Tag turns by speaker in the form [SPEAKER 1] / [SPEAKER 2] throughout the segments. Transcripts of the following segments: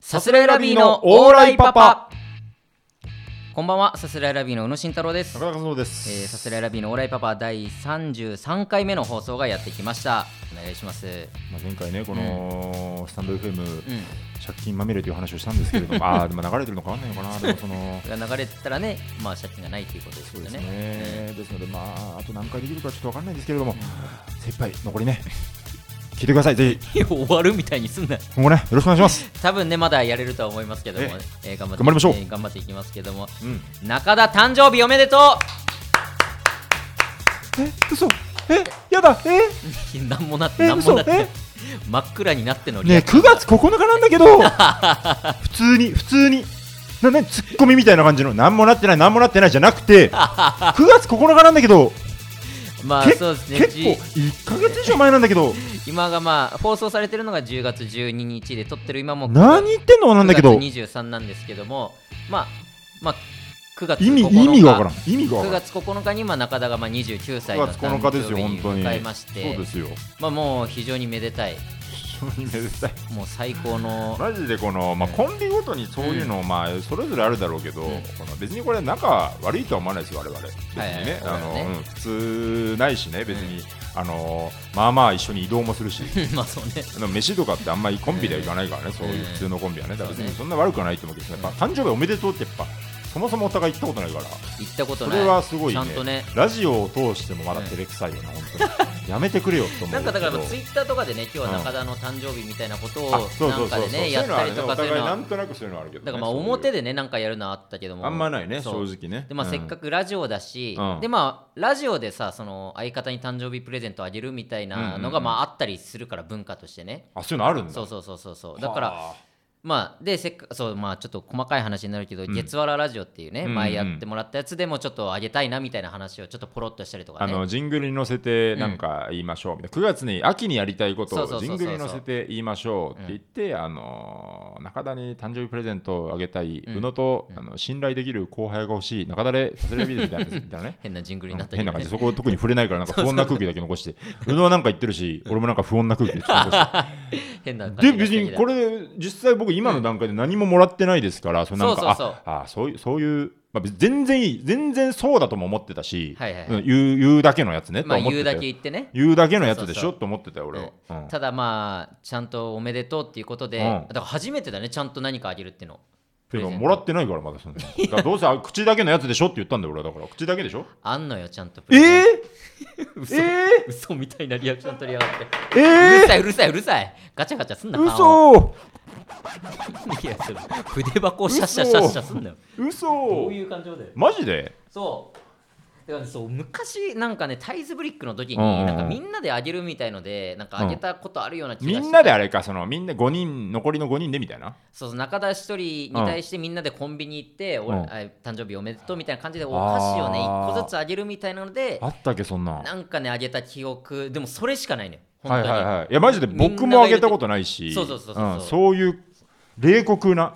[SPEAKER 1] サスライラビーのオーライパパこんばんは、サスライラビーの宇野慎太郎です。
[SPEAKER 2] 中田和夫で
[SPEAKER 1] え
[SPEAKER 2] す、
[SPEAKER 1] ー、サスライラビーのオーライパパ第33回目の放送がやってきました。お願いします。
[SPEAKER 2] まあ、前回ねこのスタンド FM、
[SPEAKER 1] うん。
[SPEAKER 2] 借金まみれという話をしたんですけれどもあーでも流れてるのかわかんないのかなでもその
[SPEAKER 1] これが流れてたらね、まあ借金がないということです
[SPEAKER 2] そ
[SPEAKER 1] よ
[SPEAKER 2] う
[SPEAKER 1] ね。
[SPEAKER 2] ですね、ですのでまああと何回できるかちょっとわかんないですけれども、精一杯残りね聞いてくださいぜひ
[SPEAKER 1] うん 終わるみたいにすんな。
[SPEAKER 2] 今後ねよろしくお願いします、
[SPEAKER 1] 多分ね、まだやれるとは思いますけども、えー頑張って
[SPEAKER 2] 頑張りましょう
[SPEAKER 1] えー頑張っていきますけども、
[SPEAKER 2] うん、
[SPEAKER 1] 中田誕生日おめでと
[SPEAKER 2] え嘘えやだえ
[SPEAKER 1] うなんもなって、
[SPEAKER 2] え
[SPEAKER 1] なんもなって
[SPEAKER 2] 嘘え。
[SPEAKER 1] 真っ暗になってのリ
[SPEAKER 2] ねえ
[SPEAKER 1] アクション
[SPEAKER 2] 9月9日なんだけど 普通に普通にななツッコミみたいな感じの何もなってない何もなってないじゃなくて9月9日なんだけど
[SPEAKER 1] まあ
[SPEAKER 2] け
[SPEAKER 1] そうですね。
[SPEAKER 2] 結構
[SPEAKER 1] じ
[SPEAKER 2] 1か月以上前なんだ けど
[SPEAKER 1] 今がまあ放送されてるのが10月12日で撮ってる今も
[SPEAKER 2] 何言ってんのなんだけど
[SPEAKER 1] 9月23なんですけどもまあまあ9月9日
[SPEAKER 2] 意味意味がわからん意味がわ
[SPEAKER 1] 9
[SPEAKER 2] からん
[SPEAKER 1] 月9日にまあ中田がまあ29歳
[SPEAKER 2] 9
[SPEAKER 1] の
[SPEAKER 2] 月
[SPEAKER 1] 誕
[SPEAKER 2] 9日
[SPEAKER 1] 生
[SPEAKER 2] ですよ
[SPEAKER 1] 日
[SPEAKER 2] 本
[SPEAKER 1] に
[SPEAKER 2] 当に
[SPEAKER 1] 迎えまし
[SPEAKER 2] そうで
[SPEAKER 1] て
[SPEAKER 2] すよ
[SPEAKER 1] まあもう非常にめでたい
[SPEAKER 2] 非常にめでたい
[SPEAKER 1] もう最高の
[SPEAKER 2] マジでこの、まあ、コンビごとにそういうの、まあ、それぞれあるだろうけど、
[SPEAKER 1] うん
[SPEAKER 2] この別にこれ仲悪いとは思わないですよ我々別にね,、
[SPEAKER 1] はいはいそう
[SPEAKER 2] あの
[SPEAKER 1] だよね
[SPEAKER 2] うん普通ないしね別に、あのまあまあ一緒に移動もするし
[SPEAKER 1] まあそうね
[SPEAKER 2] でも飯とかってあんまりコンビでは行かないからね、そういう普通のコンビはね、だから別にそんな悪くはないと思うけど、やっぱ誕生日おめでとうってやっぱそもそもお互い行ったことないから
[SPEAKER 1] 行ったこと
[SPEAKER 2] そ
[SPEAKER 1] ない
[SPEAKER 2] れはすごい
[SPEAKER 1] ち
[SPEAKER 2] ね
[SPEAKER 1] ゃんとね
[SPEAKER 2] ラジオを通してもまだ照れくさいよな、本 当にやめてくれよと思
[SPEAKER 1] な
[SPEAKER 2] う
[SPEAKER 1] んかだから
[SPEAKER 2] けど
[SPEAKER 1] ツイッターとかでね今日は
[SPEAKER 2] うん
[SPEAKER 1] 中田の誕生日みたいなことを
[SPEAKER 2] あそう
[SPEAKER 1] な
[SPEAKER 2] そ
[SPEAKER 1] ん
[SPEAKER 2] うそ
[SPEAKER 1] か
[SPEAKER 2] う
[SPEAKER 1] で
[SPEAKER 2] そう
[SPEAKER 1] ねやったりとか
[SPEAKER 2] そ
[SPEAKER 1] そううい
[SPEAKER 2] い
[SPEAKER 1] ううの
[SPEAKER 2] のはねお互いな
[SPEAKER 1] は
[SPEAKER 2] んとなくそういうのはあるけどね、
[SPEAKER 1] だからまあ
[SPEAKER 2] そういう
[SPEAKER 1] 表でねなんかやるのはあったけども
[SPEAKER 2] あんまないね正
[SPEAKER 1] そう
[SPEAKER 2] 直ね
[SPEAKER 1] でまあ、せっか、くラジオだし、
[SPEAKER 2] うん
[SPEAKER 1] でまあラジオでさその相方に誕生日プレゼントあげるみたいなのが、
[SPEAKER 2] うんうんうん
[SPEAKER 1] まああったりするから文化としてね
[SPEAKER 2] うんあそういうのあるんだ
[SPEAKER 1] そうそうそうそうそうだから
[SPEAKER 2] はあ
[SPEAKER 1] まあでせっかそうまあちょっと細かい話になるけど、
[SPEAKER 2] ん
[SPEAKER 1] 月わらラジオっていうね、
[SPEAKER 2] うんうん
[SPEAKER 1] 前やってもらったやつでもちょっとあげたいなみたいな話をちょっとポロッとしたりとか
[SPEAKER 2] あ
[SPEAKER 1] ね
[SPEAKER 2] のジングルに乗せてなんか言いましょうみたいな、9月に秋にやりたいこ
[SPEAKER 1] そ
[SPEAKER 2] と
[SPEAKER 1] うそ
[SPEAKER 2] を
[SPEAKER 1] うそう
[SPEAKER 2] ジ
[SPEAKER 1] そう
[SPEAKER 2] ングルに乗せて言いましょうって言って、あのー中田に誕生日プレゼントをあげたい、
[SPEAKER 1] うん
[SPEAKER 2] 宇野と、あの信頼できる後輩が欲しい中田で忘れるみたいなみたいなね
[SPEAKER 1] 変なジングルになった
[SPEAKER 2] 変
[SPEAKER 1] り
[SPEAKER 2] な
[SPEAKER 1] と
[SPEAKER 2] 感
[SPEAKER 1] か
[SPEAKER 2] じ
[SPEAKER 1] ね
[SPEAKER 2] そこを特に触れないからなんか不穏な空気だけ残して宇野はなんか言ってるし俺もなんか不穏な空気で残して
[SPEAKER 1] 変な感じ
[SPEAKER 2] で別にこ
[SPEAKER 1] れ
[SPEAKER 2] れ実際僕今の段階で何ももらってないですから、そのなんか
[SPEAKER 1] そうそうそう
[SPEAKER 2] ああそういうそういう、まあ、別に全然いい全然そうだとも思ってたし、
[SPEAKER 1] はいはいはい
[SPEAKER 2] うん言う言うだけのやつねと
[SPEAKER 1] ま
[SPEAKER 2] は
[SPEAKER 1] あ
[SPEAKER 2] 思っ
[SPEAKER 1] 言
[SPEAKER 2] て
[SPEAKER 1] う
[SPEAKER 2] た
[SPEAKER 1] だ
[SPEAKER 2] よ
[SPEAKER 1] け言ってね
[SPEAKER 2] 言うだけのやつでし
[SPEAKER 1] そうそう
[SPEAKER 2] ょ
[SPEAKER 1] そ
[SPEAKER 2] と思ってたよ俺は、うん
[SPEAKER 1] ただまあちゃんとおめでとうっていうことで、
[SPEAKER 2] うん
[SPEAKER 1] だから初めてだねちゃんと何かあげるっていうの
[SPEAKER 2] ていう
[SPEAKER 1] プレゼ
[SPEAKER 2] か
[SPEAKER 1] ント
[SPEAKER 2] もらってないからまだそんなだ からどうせあ口だけのやつでしょって言ったんだよ俺はだから口だけでしょ
[SPEAKER 1] あんのよちゃんとプ
[SPEAKER 2] え
[SPEAKER 1] レ
[SPEAKER 2] ー
[SPEAKER 1] ゼント、
[SPEAKER 2] えー
[SPEAKER 1] 嘘みたいなリアクション取りやがって。
[SPEAKER 2] え
[SPEAKER 1] うる
[SPEAKER 2] え
[SPEAKER 1] さいうるさいうるさい。ガチャガチャすんな。
[SPEAKER 2] ー、
[SPEAKER 1] 顔
[SPEAKER 2] 嘘
[SPEAKER 1] いやそれ筆箱をシャッシャシャッシャすんなよ。こ
[SPEAKER 2] 嘘
[SPEAKER 1] ういう感情だよ。
[SPEAKER 2] マジで
[SPEAKER 1] そう。だからそう昔なんかねタイズブリックの時に
[SPEAKER 2] うんうんうん
[SPEAKER 1] なんかみんなであげるみたいのでなんかあげたことあるような気がし
[SPEAKER 2] み
[SPEAKER 1] て
[SPEAKER 2] んなであれかそのみんな5人残りの5人でみたいな
[SPEAKER 1] そうそう中田一人に対してみんなでコンビニ行って、
[SPEAKER 2] ん
[SPEAKER 1] 俺あ誕生日おめでとうみたいな感じでお菓子をね
[SPEAKER 2] あー
[SPEAKER 1] 一個ずつあげるみたいなので
[SPEAKER 2] あったっけそんな
[SPEAKER 1] なんかねあげた記憶でもそれしかないのよ
[SPEAKER 2] は
[SPEAKER 1] 本
[SPEAKER 2] い
[SPEAKER 1] 当に、
[SPEAKER 2] はいはい。いや、マジで僕もあげたことないし、
[SPEAKER 1] みんながいる時そうそうそうそう
[SPEAKER 2] うんそういう冷酷な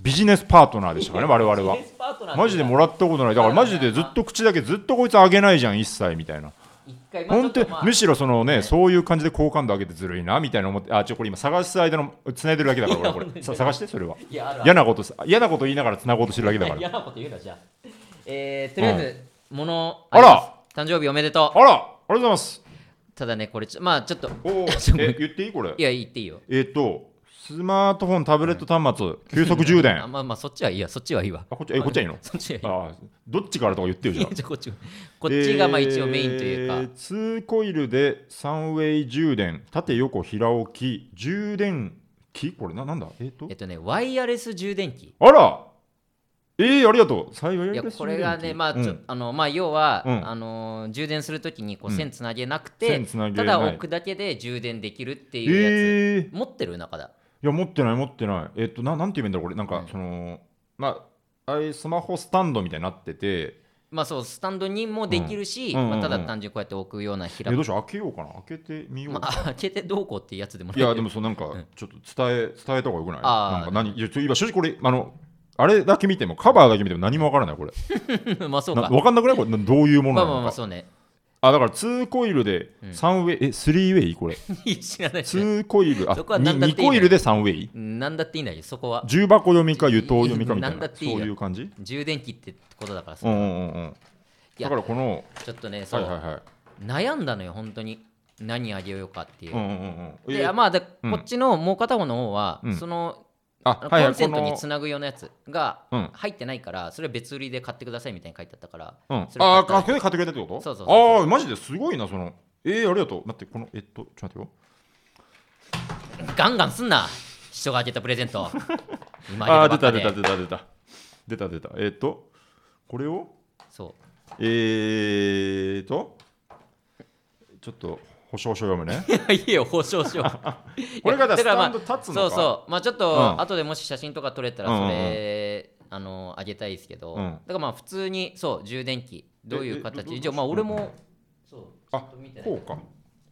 [SPEAKER 2] ビジネスパートナーでしたからね、我々は
[SPEAKER 1] ビジ。ネスパートナーって
[SPEAKER 2] マジでもらったことない。だからマジでずっと口だけずっとこいつあげないじゃん、一切みたいな。
[SPEAKER 1] 一回、まあ、
[SPEAKER 2] 本
[SPEAKER 1] ちょ
[SPEAKER 2] 当
[SPEAKER 1] っ
[SPEAKER 2] に
[SPEAKER 1] とまあ
[SPEAKER 2] むしろそのね、そういう感じで好感度上げてずるいなみたいな思って、あ、ちょ、これ今探してる間の繋いでるだけだから、俺これ。さ探して、それは。
[SPEAKER 1] いやあるある
[SPEAKER 2] 嫌なことさ、嫌なこと言いながら繋ごうとしてるだけだから。
[SPEAKER 1] 嫌なこと言うなじゃあ、えー、とりあえず、物
[SPEAKER 2] あら
[SPEAKER 1] ります誕生日おめでと
[SPEAKER 2] あら、ありがとうございます。
[SPEAKER 1] うただねこれちょま あちょっと
[SPEAKER 2] おお、え、言っていいこれ
[SPEAKER 1] い。や言っていいよ
[SPEAKER 2] えっと、スマートフォン、タブレット端末、急速充電。
[SPEAKER 1] あ
[SPEAKER 2] あ、
[SPEAKER 1] まあまあそっちはいいやそっちはいいわ
[SPEAKER 2] こっち、え、こっちはいいの
[SPEAKER 1] そっちはいい
[SPEAKER 2] ああどっちからとか言ってよじゃ あ
[SPEAKER 1] じゃあこっちこっちがまあ一応メインというか、
[SPEAKER 2] えー2コイルで3ウェイ充電縦横平置き充電器これななんだえっ、と
[SPEAKER 1] えっとねワイヤレス充電器
[SPEAKER 2] あらえー、ありがとう幸い
[SPEAKER 1] いや
[SPEAKER 2] です
[SPEAKER 1] これがね、まあちょ
[SPEAKER 2] うん
[SPEAKER 1] あのまあ、要は、
[SPEAKER 2] うん
[SPEAKER 1] あのー充電するときにこう
[SPEAKER 2] うん
[SPEAKER 1] 線つなげなくて、
[SPEAKER 2] 線つなげな
[SPEAKER 1] た
[SPEAKER 2] い
[SPEAKER 1] だ置くだけで充電できるっていうやつ、
[SPEAKER 2] えー、い
[SPEAKER 1] 持ってる中だ
[SPEAKER 2] や持ってない持ってないえっ、とななんて言うんだろうこれなんか、
[SPEAKER 1] うん
[SPEAKER 2] そのまあああいうスマホスタンドみたいになってて
[SPEAKER 1] まあそうスタンドにもできるし、
[SPEAKER 2] うんうんうんうん
[SPEAKER 1] まあ、ただ単純にこうやって置くような
[SPEAKER 2] え
[SPEAKER 1] 平
[SPEAKER 2] どうしよう開けようかな開けてみよう
[SPEAKER 1] ま
[SPEAKER 2] かな、
[SPEAKER 1] あ、開けてどうこうっていうやつでもないい
[SPEAKER 2] やでもそうなんかちょっと伝え、伝えた方がよくない
[SPEAKER 1] あー
[SPEAKER 2] なんか何いやちょ今正直これあのあれだけ見てもカバーだけ見ても何もわからないこ
[SPEAKER 1] で
[SPEAKER 2] れ
[SPEAKER 1] も まあそう
[SPEAKER 2] な
[SPEAKER 1] か
[SPEAKER 2] わかんなくないこれなどういうも
[SPEAKER 1] ま
[SPEAKER 2] のな
[SPEAKER 1] あ
[SPEAKER 2] のか、
[SPEAKER 1] まあまあそうね
[SPEAKER 2] あだから2コイルで3ウェイ、え3ウェイこれ
[SPEAKER 1] いや知らない知らない
[SPEAKER 2] 2コイルあ
[SPEAKER 1] そこは何だっていいんだよ
[SPEAKER 2] 2, コイルで3ウェイ
[SPEAKER 1] なんだっていいんだよそこは
[SPEAKER 2] 重箱読みか湯筒読みかみた
[SPEAKER 1] な
[SPEAKER 2] い
[SPEAKER 1] ん
[SPEAKER 2] な
[SPEAKER 1] だっていいよ
[SPEAKER 2] そういう感じ
[SPEAKER 1] 充電器ってことだからさ、
[SPEAKER 2] うんう
[SPEAKER 1] い
[SPEAKER 2] んうんうん
[SPEAKER 1] や
[SPEAKER 2] だからこの
[SPEAKER 1] ちょっとねそ
[SPEAKER 2] は
[SPEAKER 1] う、
[SPEAKER 2] いはいはい
[SPEAKER 1] 悩んだのよ本当に何あげようかっていう、
[SPEAKER 2] うんうんうんうん
[SPEAKER 1] でまあで
[SPEAKER 2] うん
[SPEAKER 1] こっちのもう片方の方は、
[SPEAKER 2] うん
[SPEAKER 1] その
[SPEAKER 2] あ
[SPEAKER 1] あの
[SPEAKER 2] はい
[SPEAKER 1] コ
[SPEAKER 2] はい
[SPEAKER 1] ンセントに
[SPEAKER 2] こ
[SPEAKER 1] つなぐ用のやつが
[SPEAKER 2] うん
[SPEAKER 1] 入ってないから、それは別売りで買ってくださいみたいに書いてあったから、
[SPEAKER 2] のうん
[SPEAKER 1] それ
[SPEAKER 2] あ
[SPEAKER 1] 買
[SPEAKER 2] あ
[SPEAKER 1] ったの
[SPEAKER 2] かそれで買ってくれたってこと
[SPEAKER 1] そうそうそうそう
[SPEAKER 2] ああマジですごいなそのえー、ありがとう待ってこのえっとちょっと待ってよ
[SPEAKER 1] ガンガンすんな人があげたプレゼン ト今
[SPEAKER 2] あ
[SPEAKER 1] あ
[SPEAKER 2] あ
[SPEAKER 1] げ
[SPEAKER 2] ー出
[SPEAKER 1] たば
[SPEAKER 2] た
[SPEAKER 1] っかで
[SPEAKER 2] 出た出た出た出た出たえーっとこれを
[SPEAKER 1] そう
[SPEAKER 2] えーっとちょっと保証書読 むね
[SPEAKER 1] いやいいよ保証しよう
[SPEAKER 2] これがだ
[SPEAKER 1] いや
[SPEAKER 2] から
[SPEAKER 1] ま
[SPEAKER 2] ス
[SPEAKER 1] あ
[SPEAKER 2] タンド立
[SPEAKER 1] そ
[SPEAKER 2] つの
[SPEAKER 1] う
[SPEAKER 2] か
[SPEAKER 1] そうまあちょっ
[SPEAKER 2] う
[SPEAKER 1] と
[SPEAKER 2] ん
[SPEAKER 1] 後でもし写真とか撮れたら
[SPEAKER 2] うんうん
[SPEAKER 1] そ
[SPEAKER 2] うん
[SPEAKER 1] れ、あのあげたいですけど、
[SPEAKER 2] うん
[SPEAKER 1] だからまあ普通にそう充電器どういう
[SPEAKER 2] ええど
[SPEAKER 1] 形
[SPEAKER 2] ど
[SPEAKER 1] じゃあまあ俺も、そうちょ
[SPEAKER 2] あ
[SPEAKER 1] っと見てない
[SPEAKER 2] こうか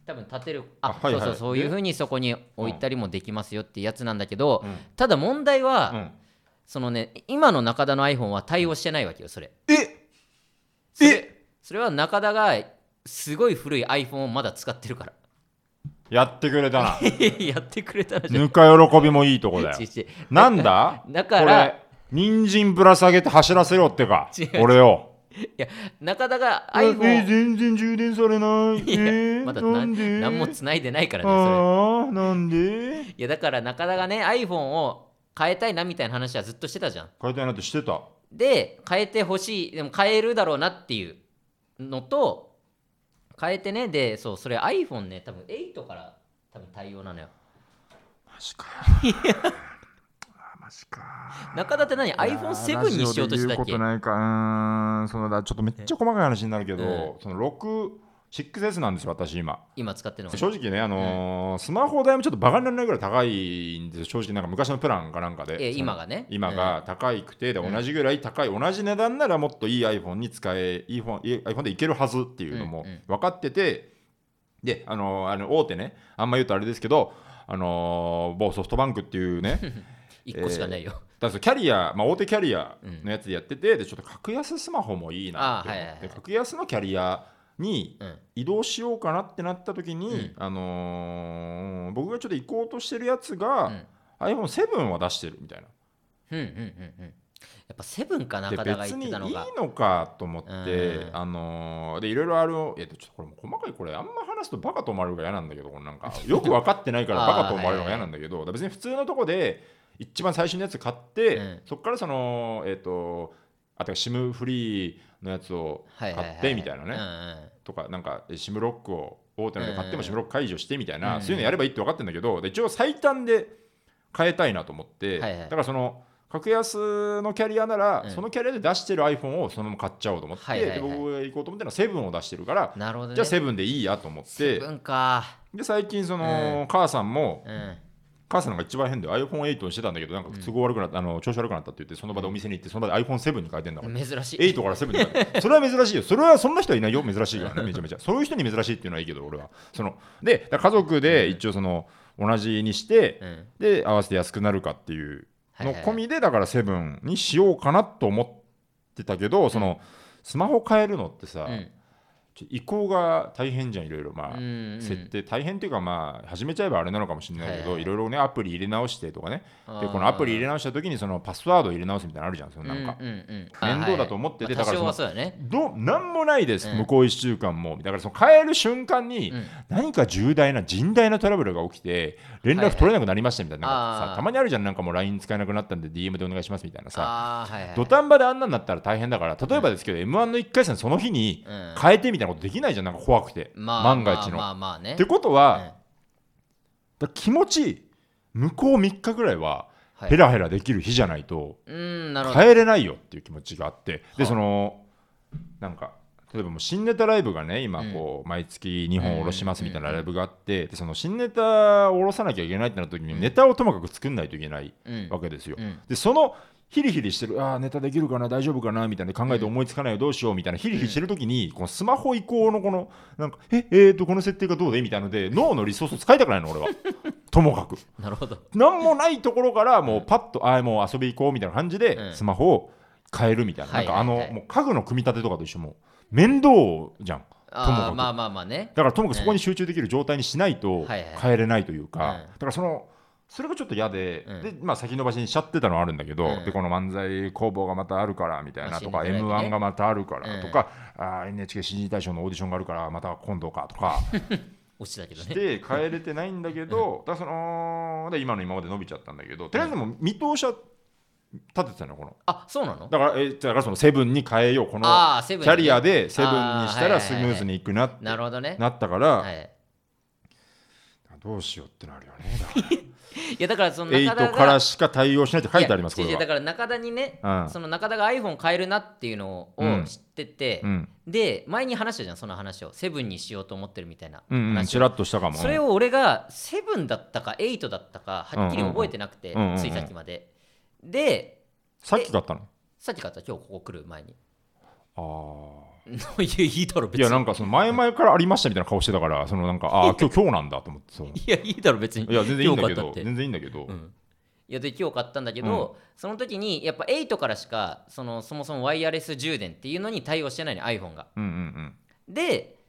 [SPEAKER 1] 多分立てるあ
[SPEAKER 2] あはいはい
[SPEAKER 1] そうそうそういうふうにそこに置いたりもできますよってやつなんだけど、
[SPEAKER 2] うん
[SPEAKER 1] ただ問題は、
[SPEAKER 2] うん
[SPEAKER 1] そのね今の中田の iPhone は対応してないわけよそれ
[SPEAKER 2] え
[SPEAKER 1] それ
[SPEAKER 2] え
[SPEAKER 1] それは中田がすごい古い iPhone をまだ使ってるから
[SPEAKER 2] やってくれたな
[SPEAKER 1] やってくれたらじゃん
[SPEAKER 2] ぬか喜びもいいとこだ よ
[SPEAKER 1] ちち
[SPEAKER 2] なんだ
[SPEAKER 1] だから
[SPEAKER 2] これ人参ぶら下げて走らせろってか
[SPEAKER 1] 違う
[SPEAKER 2] 俺を
[SPEAKER 1] いや中田が
[SPEAKER 2] えー
[SPEAKER 1] iPhone
[SPEAKER 2] 全然充電さ
[SPEAKER 1] い
[SPEAKER 2] れないえ
[SPEAKER 1] や
[SPEAKER 2] ー
[SPEAKER 1] まだ
[SPEAKER 2] なん
[SPEAKER 1] 何
[SPEAKER 2] で
[SPEAKER 1] 何も繋いでないからねそれ
[SPEAKER 2] ああなんで
[SPEAKER 1] いやだから中田がね iPhone を変えたいなみたいな話はずっとしてたじゃん
[SPEAKER 2] 変えたいなってしてた
[SPEAKER 1] で変えてほしいでも変えるだろうなっていうのと変えてねでそうそれ iPhone ね多分8から多分対応なのよ
[SPEAKER 2] マジ かあーマジか
[SPEAKER 1] 中田って何 iPhone7 にしようとしてたっけ
[SPEAKER 2] いやーラジオで言うことないかうーんそのだちょっとめっちゃ細かい話になるけ
[SPEAKER 1] うん
[SPEAKER 2] ど、その6 6S なんですよ私今
[SPEAKER 1] 今使ってるのが
[SPEAKER 2] 正直ね、あのースマホ代もちょっとバカにならないぐらい高いんですよ正直なんか昔のプランかなんかで
[SPEAKER 1] え
[SPEAKER 2] その
[SPEAKER 1] 今がね
[SPEAKER 2] 今が高いくて、で
[SPEAKER 1] うん
[SPEAKER 2] 同じぐらい高い同じ値段ならもっといい iPhone に使えいい iPhone, いい iPhone でいけるはずっていうの
[SPEAKER 1] う
[SPEAKER 2] も
[SPEAKER 1] んうん
[SPEAKER 2] 分かってて、であのーあの大手ねあんま言うとあれですけどあのー某ソフトバンクってい うね
[SPEAKER 1] 1個しかないよ、
[SPEAKER 2] だからそのキャリア、まあ、大手キャリア
[SPEAKER 1] うん
[SPEAKER 2] のやつでやってて、でちょっと格安スマホもいいなって
[SPEAKER 1] あーは
[SPEAKER 2] 思って、
[SPEAKER 1] いはいはい
[SPEAKER 2] 格安のキャリアに
[SPEAKER 1] うん
[SPEAKER 2] 移動しようかなってなった時に、あのー僕がちょっと行こうとしてるやつが、
[SPEAKER 1] うん
[SPEAKER 2] iPhone7 は出してるみたいな。
[SPEAKER 1] うんうんうんうんやっぱセブンか
[SPEAKER 2] で
[SPEAKER 1] 中田が言
[SPEAKER 2] 別
[SPEAKER 1] っ
[SPEAKER 2] に
[SPEAKER 1] て
[SPEAKER 2] いい
[SPEAKER 1] たのが
[SPEAKER 2] のかと思って、
[SPEAKER 1] うん
[SPEAKER 2] あのーでいろいろあるえっとちょっとこれも細かいこれあんま話すとバカと思われるのが嫌な んだけどこれなんかよく分かってないからバカと思われるのが嫌なんだけど、だから別に普通のとこで一番最新のやつ買って、
[SPEAKER 1] うん
[SPEAKER 2] そこからそのえっ、とあと SIM フリーのやつを
[SPEAKER 1] は
[SPEAKER 2] 買
[SPEAKER 1] いはいはい
[SPEAKER 2] ってみたいなね、
[SPEAKER 1] うんうん
[SPEAKER 2] とか、なんか、え SIM ロックを大手ので買っても
[SPEAKER 1] うん
[SPEAKER 2] SIM ロック解除してみたいな、
[SPEAKER 1] うん
[SPEAKER 2] そういうのやればいいって分かってるんだけど、で一応最短で変えたいなと思って、
[SPEAKER 1] はいはい
[SPEAKER 2] だからその、格安のキャリアなら、
[SPEAKER 1] うん
[SPEAKER 2] そのキャリアで出してる iPhone をそのまま買っちゃおうと思って、
[SPEAKER 1] はいはいはい
[SPEAKER 2] で僕が行こうと思ってるのはセブンを出してるから、
[SPEAKER 1] なるほどね
[SPEAKER 2] じゃあセブンでいいやと思って
[SPEAKER 1] セ、ブンか
[SPEAKER 2] で最近その、
[SPEAKER 1] う
[SPEAKER 2] 母さんも、
[SPEAKER 1] うん
[SPEAKER 2] 母さんが一番変で iPhone8 にしてたんだけど、なんか都合悪くなった、あの調子悪くなったって言って、その場でお店に行って、その場で iPhone7 に変えてんだから。
[SPEAKER 1] 珍しい
[SPEAKER 2] 8から7になるそれは珍しいよそれはそんな人はいないよ珍し いからねめちゃめちゃそういう人に珍しいっていうのはいいけど俺はそのでだから家族で一応その同じにして
[SPEAKER 1] うん
[SPEAKER 2] で合わせて安くなるかっていう
[SPEAKER 1] はいは
[SPEAKER 2] の
[SPEAKER 1] いはい
[SPEAKER 2] 込みでだからセブンにしようかなと思ってたけどそのスマホ変えるのってさ
[SPEAKER 1] うん
[SPEAKER 2] ちょ移行が大変じゃんいろいろまあ
[SPEAKER 1] うん
[SPEAKER 2] 設定大変っていうかまあ始めちゃえばあれなのかもしれないけ
[SPEAKER 1] はいは
[SPEAKER 2] ど
[SPEAKER 1] い
[SPEAKER 2] いろいろねアプリ入れ直してとかね
[SPEAKER 1] うん
[SPEAKER 2] でこのアプリ入れ直した時にそのパスワード入れ直すみたいなのあるじゃんそのなんか
[SPEAKER 1] うんうんうん
[SPEAKER 2] 面倒だと思ってて
[SPEAKER 1] あはいはいまあ多
[SPEAKER 2] だから
[SPEAKER 1] 少はそうだ
[SPEAKER 2] その
[SPEAKER 1] ね
[SPEAKER 2] どなんもないです、
[SPEAKER 1] うん
[SPEAKER 2] 向こう1週間もだからその変える瞬間に
[SPEAKER 1] うん
[SPEAKER 2] 何か重大な甚大なトラブルが起きて連
[SPEAKER 1] はいは
[SPEAKER 2] 絡
[SPEAKER 1] い
[SPEAKER 2] 取れなくなりましたみたいな,、なんか
[SPEAKER 1] あー
[SPEAKER 2] さたまにあるじゃんなんかもう LINE 使えなくなったんで DM でお願いしますみたいなさ
[SPEAKER 1] ああはいはい
[SPEAKER 2] 土壇場であんなんなったら大変だから例えばですけど、m 1の1回戦その日に
[SPEAKER 1] うん
[SPEAKER 2] 変えてみたいなことできないじゃんなんか怖くて、
[SPEAKER 1] まあ
[SPEAKER 2] 万が一の。
[SPEAKER 1] まあまあまあね
[SPEAKER 2] ってこと
[SPEAKER 1] うん
[SPEAKER 2] は、だから気持ち向こう3日ぐらいは
[SPEAKER 1] はい
[SPEAKER 2] ヘラヘラできる日じゃないと。
[SPEAKER 1] うんなるほど
[SPEAKER 2] 変えれないよっていう気持ちがあって
[SPEAKER 1] は
[SPEAKER 2] で
[SPEAKER 1] あ
[SPEAKER 2] そのなんか例えばもう新ネタライブがね今こう毎月2本下ろしますみたいなライブがあってでその新ネタを下ろさなきゃいけないってなった時にネタをともかく作んないといけない
[SPEAKER 1] うん
[SPEAKER 2] わけですよ
[SPEAKER 1] うん
[SPEAKER 2] でそのヒリヒリしてるあーネタできるかな大丈夫かなみたいな考えて思いつかないよどうしようみたいなヒリヒリしてる時にこのスマホ移行のこのなんかええー、とこの設定がどうでみたいので脳のリソースを使いたくないの俺はともかく
[SPEAKER 1] なるほど
[SPEAKER 2] なんもないところからもうパッとあーもう遊び行こうみたいな感じ
[SPEAKER 1] うん
[SPEAKER 2] でスマホを変えるみたいな,、
[SPEAKER 1] はい
[SPEAKER 2] なんかあの、
[SPEAKER 1] はいはい
[SPEAKER 2] もう家具の組み立てとかと一緒もう面倒じゃんともか
[SPEAKER 1] あー
[SPEAKER 2] く
[SPEAKER 1] まあまあまあね
[SPEAKER 2] だからともかくそこに集中できる状態にしない
[SPEAKER 1] は
[SPEAKER 2] と
[SPEAKER 1] いはい
[SPEAKER 2] 変えれないというか、
[SPEAKER 1] うん
[SPEAKER 2] だからそのそれがちょっと嫌で,、
[SPEAKER 1] うん
[SPEAKER 2] でまあ、先延ばしにしちゃってたのはあるんだけど、
[SPEAKER 1] うん
[SPEAKER 2] でこの漫才工房がまたあるからみたいなとか、
[SPEAKER 1] まあ新人
[SPEAKER 2] m
[SPEAKER 1] だけね
[SPEAKER 2] 1がまたあるから
[SPEAKER 1] うん
[SPEAKER 2] とか、あー NHK 新人大賞のオーディションがあるからまた今度かとか
[SPEAKER 1] 落ちたけど
[SPEAKER 2] し
[SPEAKER 1] ね
[SPEAKER 2] て変えれてないんだけ ど、だからそので今の今まで伸びちゃったんだけどとりあえずでも見通しは立ててたのよこの
[SPEAKER 1] あそうなの
[SPEAKER 2] だからえだからそのセブンに変えようこの
[SPEAKER 1] ああセ
[SPEAKER 2] キ
[SPEAKER 1] ブン
[SPEAKER 2] ャリア
[SPEAKER 1] で
[SPEAKER 2] でセブンにした
[SPEAKER 1] あーはいはいはいは
[SPEAKER 2] ら
[SPEAKER 1] い
[SPEAKER 2] スムーズにいくなって
[SPEAKER 1] なるほどね
[SPEAKER 2] なったから、
[SPEAKER 1] はい
[SPEAKER 2] どうしようってなるよね。だから
[SPEAKER 1] いやだからその
[SPEAKER 2] エイ
[SPEAKER 1] 中
[SPEAKER 2] ト
[SPEAKER 1] 田が
[SPEAKER 2] からしか対応しないって書いてあります、こ
[SPEAKER 1] いや違
[SPEAKER 2] れ
[SPEAKER 1] う違うだ
[SPEAKER 2] は。
[SPEAKER 1] から中田にね、
[SPEAKER 2] うん
[SPEAKER 1] その中田が iPhone 変えるなっていうのを
[SPEAKER 2] うん
[SPEAKER 1] 知ってて、
[SPEAKER 2] うん、
[SPEAKER 1] で前に話したじゃんその話をセブンにしようと思ってるみたいな
[SPEAKER 2] うん、うん、
[SPEAKER 1] 話
[SPEAKER 2] ち
[SPEAKER 1] を、
[SPEAKER 2] らっとしたかも。
[SPEAKER 1] それを俺がセブンだったかエイトだったかはっきり覚えてなくて、
[SPEAKER 2] うんうんうん
[SPEAKER 1] ついさっきまで、で
[SPEAKER 2] さっきだったの。
[SPEAKER 1] さっき買った今日ここ来る前に
[SPEAKER 2] あ
[SPEAKER 1] いやいいだろ
[SPEAKER 2] あ。
[SPEAKER 1] 別
[SPEAKER 2] い
[SPEAKER 1] に
[SPEAKER 2] や、なんかその前々からありましたみたいな顔してたから、そのなんか、ああ、今 日、今日なんだと思って。そうい
[SPEAKER 1] いやいいだろ別に
[SPEAKER 2] や、全然いいんだ
[SPEAKER 1] 今日買っ
[SPEAKER 2] け
[SPEAKER 1] た
[SPEAKER 2] ど
[SPEAKER 1] っ、て
[SPEAKER 2] 全然いいんだけど
[SPEAKER 1] う。んいやで今日買ったんだけど、その時にやっぱ8からしかそのそもそもワイヤレス充電っていうのに対応してないの iPhone が
[SPEAKER 2] うん、うん、
[SPEAKER 1] で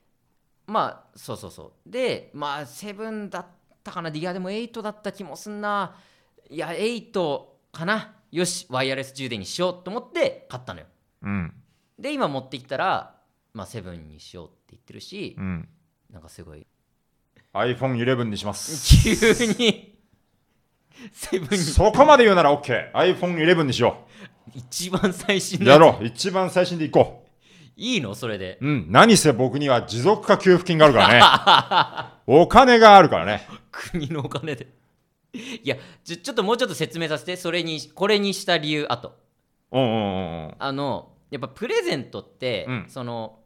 [SPEAKER 1] まあそうそうそうでまあ7だったかないやでも8だった気もすんないや8かなよしワイヤレス充電にしようと思って買ったのよ
[SPEAKER 2] うん、うん、
[SPEAKER 1] で今持ってきたら、まあ、7にしようって言ってるし、
[SPEAKER 2] うん。
[SPEAKER 1] なんかすごい
[SPEAKER 2] iPhone 11にします。
[SPEAKER 1] 急に7に
[SPEAKER 2] そこまで言うなら OK。iPhone 11にしよ
[SPEAKER 1] 一番最新
[SPEAKER 2] う。
[SPEAKER 1] のや
[SPEAKER 2] や
[SPEAKER 1] つ
[SPEAKER 2] ろう。一番最新でいこ
[SPEAKER 1] いいのそれで
[SPEAKER 2] う。うん。何せ僕には持続化給付金があるから ね。お金があるからね。
[SPEAKER 1] 国のお金でいやちょちょっともうちょっと説明させてそれにこれにした理由あと
[SPEAKER 2] うん、うん、うんうん。
[SPEAKER 1] あのやっぱプレゼントって、
[SPEAKER 2] うん
[SPEAKER 1] その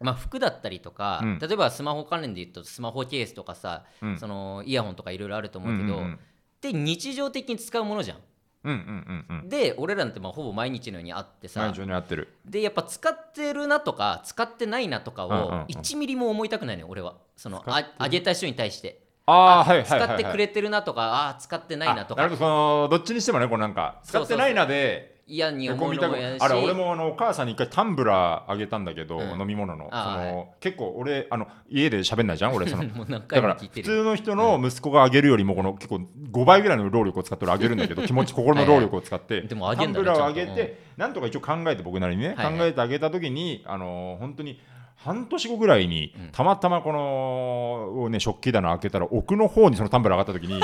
[SPEAKER 1] まあ服だったりとか、
[SPEAKER 2] うん
[SPEAKER 1] 例えばスマホ関連で言うとスマホケースとかさ、
[SPEAKER 2] うん
[SPEAKER 1] そのイヤホンとかいろいろあると思うけど、
[SPEAKER 2] うんうん
[SPEAKER 1] で日常的に使うものじゃん。
[SPEAKER 2] うんうんうんうん。
[SPEAKER 1] で俺らなんてまあほぼ毎日のようにあってさ
[SPEAKER 2] 毎日にやってる。
[SPEAKER 1] でやっぱ使ってるなとか使ってないなとか
[SPEAKER 2] うんうんうん
[SPEAKER 1] を1ミリも思いたくないのよ俺はその
[SPEAKER 2] 使っ
[SPEAKER 1] ああげた人に対して
[SPEAKER 2] ああ、はいはいはい
[SPEAKER 1] 使
[SPEAKER 2] はい。
[SPEAKER 1] ってくれてるなとか、ああー使ってないなと
[SPEAKER 2] あ
[SPEAKER 1] か
[SPEAKER 2] なるほど、そのどっちにしてもね、こうなんか、使
[SPEAKER 1] そうそう
[SPEAKER 2] ってないなで、
[SPEAKER 1] 嫌に思う
[SPEAKER 2] 横見
[SPEAKER 1] の
[SPEAKER 2] た
[SPEAKER 1] も
[SPEAKER 2] く
[SPEAKER 1] 嫌だし
[SPEAKER 2] あれ、俺もあのお母さんに一回タンブラーあげたんだけど、
[SPEAKER 1] うん
[SPEAKER 2] 飲み物の。そ
[SPEAKER 1] あー。
[SPEAKER 2] の結構俺、あの家で喋んないじゃん、俺、その
[SPEAKER 1] もう何
[SPEAKER 2] だ
[SPEAKER 1] 回
[SPEAKER 2] か
[SPEAKER 1] も
[SPEAKER 2] ら
[SPEAKER 1] 聞いて
[SPEAKER 2] 普
[SPEAKER 1] る
[SPEAKER 2] 通の人の息子があげるよりもこの結構5倍ぐらいの労力を使って俺あげるんだけど気持ち心の労力を使って
[SPEAKER 1] いでもあげ
[SPEAKER 2] タ
[SPEAKER 1] ん
[SPEAKER 2] ン
[SPEAKER 1] だ
[SPEAKER 2] ブ
[SPEAKER 1] ね
[SPEAKER 2] ラーをあげ
[SPEAKER 1] ちゃんと
[SPEAKER 2] てなんとか一応考えて僕なりにね考
[SPEAKER 1] はいはい
[SPEAKER 2] えてあげた時にあのー本当に半年後ぐらいに
[SPEAKER 1] うん
[SPEAKER 2] たまたまこのね食器棚開けたら奥の方にそのタンブラー上がっ た時に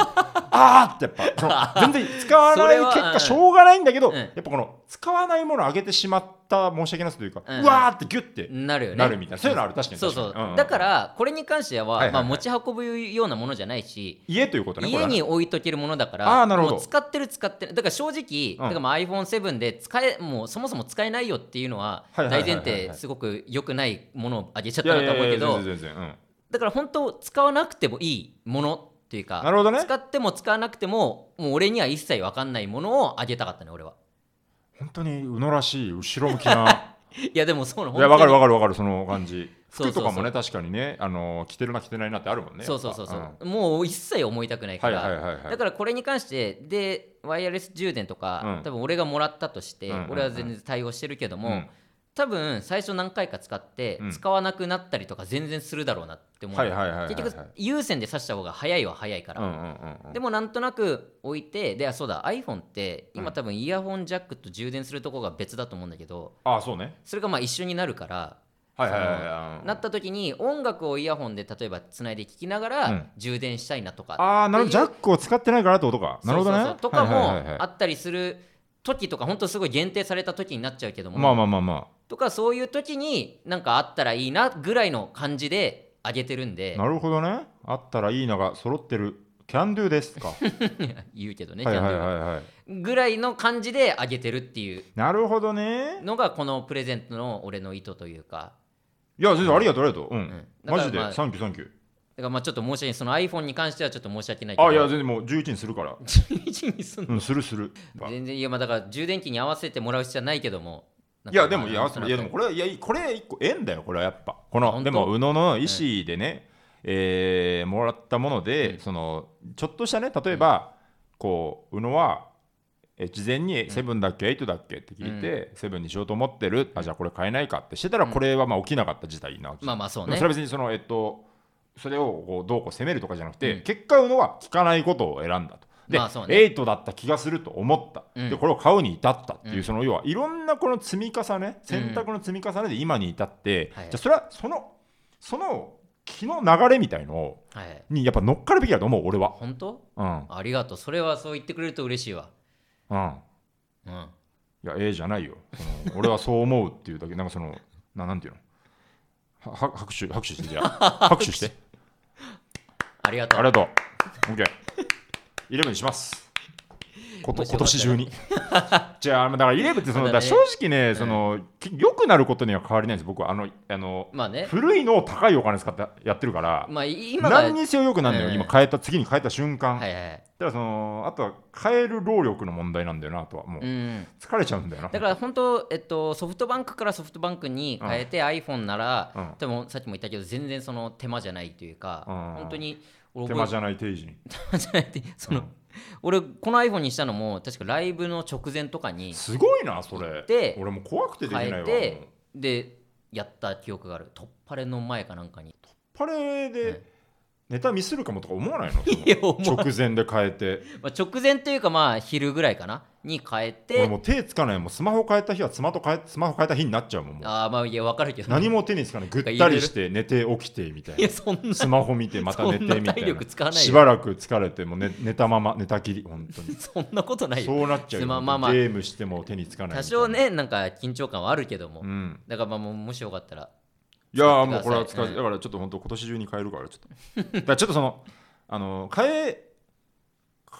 [SPEAKER 2] あーってやっぱその全然使わ
[SPEAKER 1] そ
[SPEAKER 2] ない
[SPEAKER 1] れは
[SPEAKER 2] 結
[SPEAKER 1] う
[SPEAKER 2] 果
[SPEAKER 1] ん
[SPEAKER 2] しょうがないんだけど
[SPEAKER 1] うん
[SPEAKER 2] やっぱこの使わないものをあげてしまった申し訳なさというか
[SPEAKER 1] うん
[SPEAKER 2] うわーってギュッて
[SPEAKER 1] なるよね
[SPEAKER 2] なるみたいなそういうのある確かに
[SPEAKER 1] そう
[SPEAKER 2] 確か
[SPEAKER 1] そ
[SPEAKER 2] に
[SPEAKER 1] う、
[SPEAKER 2] んん
[SPEAKER 1] だからこれに関しては,、
[SPEAKER 2] はいはいはい
[SPEAKER 1] まあ、持ち運ぶようなものじゃないし
[SPEAKER 2] 家ということねこれ
[SPEAKER 1] 家
[SPEAKER 2] はね
[SPEAKER 1] に置いとけるものだか
[SPEAKER 2] あ
[SPEAKER 1] ら
[SPEAKER 2] ーなるほど
[SPEAKER 1] もう使ってる使ってるだから正直、だからまあ iPhone7 で使えもうそもそも使えないよっていうのは
[SPEAKER 2] はいはいはい
[SPEAKER 1] 大
[SPEAKER 2] はい
[SPEAKER 1] 前
[SPEAKER 2] はい
[SPEAKER 1] 提すごく良くないものをあげちゃっ
[SPEAKER 2] い
[SPEAKER 1] た
[SPEAKER 2] や
[SPEAKER 1] ないと
[SPEAKER 2] やい
[SPEAKER 1] 思う
[SPEAKER 2] や
[SPEAKER 1] け
[SPEAKER 2] 全然
[SPEAKER 1] ど
[SPEAKER 2] 全然、うん、
[SPEAKER 1] だから本当使わなくてもいいものっていうか
[SPEAKER 2] なるほどね
[SPEAKER 1] 使っても使わなくてももう俺には一切分かんないものをあげたかったね俺は
[SPEAKER 2] 本当にうのらしい後ろ向き な
[SPEAKER 1] いやでもそうなの
[SPEAKER 2] いやわかるわ
[SPEAKER 1] か
[SPEAKER 2] かるわかるその感じ
[SPEAKER 1] そうそ
[SPEAKER 2] 服
[SPEAKER 1] うそ
[SPEAKER 2] と
[SPEAKER 1] う
[SPEAKER 2] かもね確かにねあの着てるな着てないなってあるもんね
[SPEAKER 1] そうそうそうそ
[SPEAKER 2] やっ
[SPEAKER 1] う
[SPEAKER 2] ぱ、
[SPEAKER 1] もう一切思いたくないか
[SPEAKER 2] はい
[SPEAKER 1] ら、
[SPEAKER 2] はいはいはい
[SPEAKER 1] だからこれに関してでワイヤレス充電とか、
[SPEAKER 2] うん
[SPEAKER 1] 多分俺がもらったとして、
[SPEAKER 2] うんうんうん
[SPEAKER 1] 俺は全然対応してるけども、
[SPEAKER 2] うん
[SPEAKER 1] 多分最初何回か使って、
[SPEAKER 2] うん
[SPEAKER 1] 使わなくなったりとか全然するだろうなって思う、
[SPEAKER 2] はいはいはいはいはい
[SPEAKER 1] 結局有線で挿した方が早いは早いから、
[SPEAKER 2] うんうんうんうん
[SPEAKER 1] でもなんとなく置いてであそうだ iPhone って今多分イヤホンジャックと充電するとこが別だと思うんだけど
[SPEAKER 2] ああそうね
[SPEAKER 1] それがまあ一緒になるから
[SPEAKER 2] はいはいはいはい
[SPEAKER 1] なった時に音楽をイヤホンで例えばつないで聴きながら、
[SPEAKER 2] うん
[SPEAKER 1] 充電したいなとか
[SPEAKER 2] ああなるほどジャ
[SPEAKER 1] っ
[SPEAKER 2] ッ
[SPEAKER 1] ていう
[SPEAKER 2] クを使ってないからってことかなるほど
[SPEAKER 1] そう
[SPEAKER 2] ね
[SPEAKER 1] そうそうとか
[SPEAKER 2] はいはいはい
[SPEAKER 1] もあ
[SPEAKER 2] は
[SPEAKER 1] ったりする時とか本当すごい限定された時になっちゃうけど
[SPEAKER 2] い
[SPEAKER 1] も、
[SPEAKER 2] まあまあまあま
[SPEAKER 1] とかそういう時になんかあったらいいなぐらいの感じで上げてるん
[SPEAKER 2] あ
[SPEAKER 1] で
[SPEAKER 2] なるほどねあったらいいのが揃ってるキャンドゥです かは
[SPEAKER 1] 言うけどね、
[SPEAKER 2] いはい
[SPEAKER 1] ちゃ
[SPEAKER 2] は
[SPEAKER 1] ん
[SPEAKER 2] い
[SPEAKER 1] と
[SPEAKER 2] はい
[SPEAKER 1] ぐらいの感じで上げてるっていう
[SPEAKER 2] なるほどね
[SPEAKER 1] のがこのプレゼントの俺の意図というか
[SPEAKER 2] いや全然ありがとうありがとううん
[SPEAKER 1] んだから
[SPEAKER 2] マジで
[SPEAKER 1] まあ
[SPEAKER 2] サンキューサンキュー
[SPEAKER 1] だからまあちょっと申し訳ないその iPhone に関してはちょっと申し訳ないけど
[SPEAKER 2] あいや 全然もう11にするから
[SPEAKER 1] 11にすんの
[SPEAKER 2] うんするする
[SPEAKER 1] 全然いやまあだから充電器に合わせてもらう必要はないけどもなん
[SPEAKER 2] い
[SPEAKER 1] か
[SPEAKER 2] やでも
[SPEAKER 1] まあ
[SPEAKER 2] いや
[SPEAKER 1] なんとなく
[SPEAKER 2] いやでもこれはいやこれ一個縁だよこれはやっぱこ
[SPEAKER 1] 本
[SPEAKER 2] の
[SPEAKER 1] 当
[SPEAKER 2] でも宇野の意思でね、えーもらったもので、そのちょっとしたね例えば、こう宇野はえ事前に7だっけ8だっけって聞いて、7にしようと思ってるあじゃあこれ買えないかってしてたら
[SPEAKER 1] うん
[SPEAKER 2] これはまあ起きなかった事態なわけ、
[SPEAKER 1] まあまあそう
[SPEAKER 2] でも
[SPEAKER 1] ね
[SPEAKER 2] それは別にそのえっとそれをこうどうこう責めるとかじゃなくて、
[SPEAKER 1] うん
[SPEAKER 2] 結果うのは聞かないことを選んだと。で、
[SPEAKER 1] まあそうね
[SPEAKER 2] 8だった気がすると思った、
[SPEAKER 1] うん
[SPEAKER 2] でこれを買うに至ったっていう、
[SPEAKER 1] うん
[SPEAKER 2] その要はいろんなこの積み重ね選択の積み重ねで今に至って、
[SPEAKER 1] はい
[SPEAKER 2] じゃあそれはそのその気の流れみたいのを
[SPEAKER 1] はいはい
[SPEAKER 2] にやっぱ乗っかるべきだと思う俺は。
[SPEAKER 1] 本当
[SPEAKER 2] うん
[SPEAKER 1] ありがとうそれはそう言ってくれると嬉しいわ
[SPEAKER 2] うん
[SPEAKER 1] うん
[SPEAKER 2] いや、ええじゃないよ。その俺はそう思うっていうだけ、なんかその、ななんていうのはは拍手、拍手して、じゃあ。拍手して。
[SPEAKER 1] ありが
[SPEAKER 2] あ
[SPEAKER 1] と
[SPEAKER 2] り
[SPEAKER 1] う
[SPEAKER 2] がとう。OK。イレブンにします。こと
[SPEAKER 1] 面白
[SPEAKER 2] 今
[SPEAKER 1] かった
[SPEAKER 2] 年中 に。じゃあ、だからイレブンってその、
[SPEAKER 1] まだ
[SPEAKER 2] だか
[SPEAKER 1] ね
[SPEAKER 2] ら正直ね、その、き良くなることには変わりないんです、僕は。あの、あの
[SPEAKER 1] まあね
[SPEAKER 2] 古いのを高いお金使ってやってるから、
[SPEAKER 1] まあ今が
[SPEAKER 2] 何にせよ良くなるのよ、
[SPEAKER 1] うん
[SPEAKER 2] 今変えた、次に変えた瞬間。
[SPEAKER 1] はいはい
[SPEAKER 2] だからその、あとは変える労力の問題なんだよな、あとは。もう、
[SPEAKER 1] うん
[SPEAKER 2] 疲れちゃうんだよな。
[SPEAKER 1] だから本当、えっと、ソフトバンクからソフトバンクに変えて iPhone なら、
[SPEAKER 2] うん
[SPEAKER 1] でもさっきも言ったけど全然その手間じゃないというか、
[SPEAKER 2] うん
[SPEAKER 1] 本当に
[SPEAKER 2] 手
[SPEAKER 1] 俺
[SPEAKER 2] 間
[SPEAKER 1] 覚
[SPEAKER 2] じゃない定時に。
[SPEAKER 1] え手間じゃないってその、
[SPEAKER 2] うん
[SPEAKER 1] 俺この iPhone にしたのも確かライブの直前とかに
[SPEAKER 2] すごいなそれ
[SPEAKER 1] で
[SPEAKER 2] 俺もう怖くてできない
[SPEAKER 1] 変
[SPEAKER 2] わ
[SPEAKER 1] え
[SPEAKER 2] もう
[SPEAKER 1] てでやった記憶がある突破れの前かなんかに
[SPEAKER 2] パレ
[SPEAKER 1] はい
[SPEAKER 2] でネタミスるかもとか思わないの
[SPEAKER 1] いやお前
[SPEAKER 2] 直前で変えて
[SPEAKER 1] まあ、直前というかまあ昼ぐらいかなに変え
[SPEAKER 2] 俺
[SPEAKER 1] て
[SPEAKER 2] もう手つかないもうスマホ変えた日はスマホ変えスマホ変えた日になっちゃうもんもう
[SPEAKER 1] ああまあいやわかるけど
[SPEAKER 2] 何も手につかないぐったりして寝て起きてみたい
[SPEAKER 1] い
[SPEAKER 2] な
[SPEAKER 1] やそんな
[SPEAKER 2] スマホ見てまた寝てみた
[SPEAKER 1] そん
[SPEAKER 2] い
[SPEAKER 1] な
[SPEAKER 2] な
[SPEAKER 1] 体力使わないよ
[SPEAKER 2] しばらく疲れてもう寝寝たまま寝たきり本当に
[SPEAKER 1] そんなことないよ
[SPEAKER 2] そうなっちゃうよ、
[SPEAKER 1] まあまあまあ
[SPEAKER 2] ゲームしても手につかない
[SPEAKER 1] 多
[SPEAKER 2] みたいな
[SPEAKER 1] 少ねなんか緊張感はあるけども、
[SPEAKER 2] うん
[SPEAKER 1] だからまあもうもしよかったら
[SPEAKER 2] いやー
[SPEAKER 1] 使
[SPEAKER 2] も
[SPEAKER 1] っ
[SPEAKER 2] う
[SPEAKER 1] てく
[SPEAKER 2] こ
[SPEAKER 1] ださいう
[SPEAKER 2] れは使う、
[SPEAKER 1] ん
[SPEAKER 2] だからちょっと本当今年中に変えるからちょっと だからちょっとそのあの変え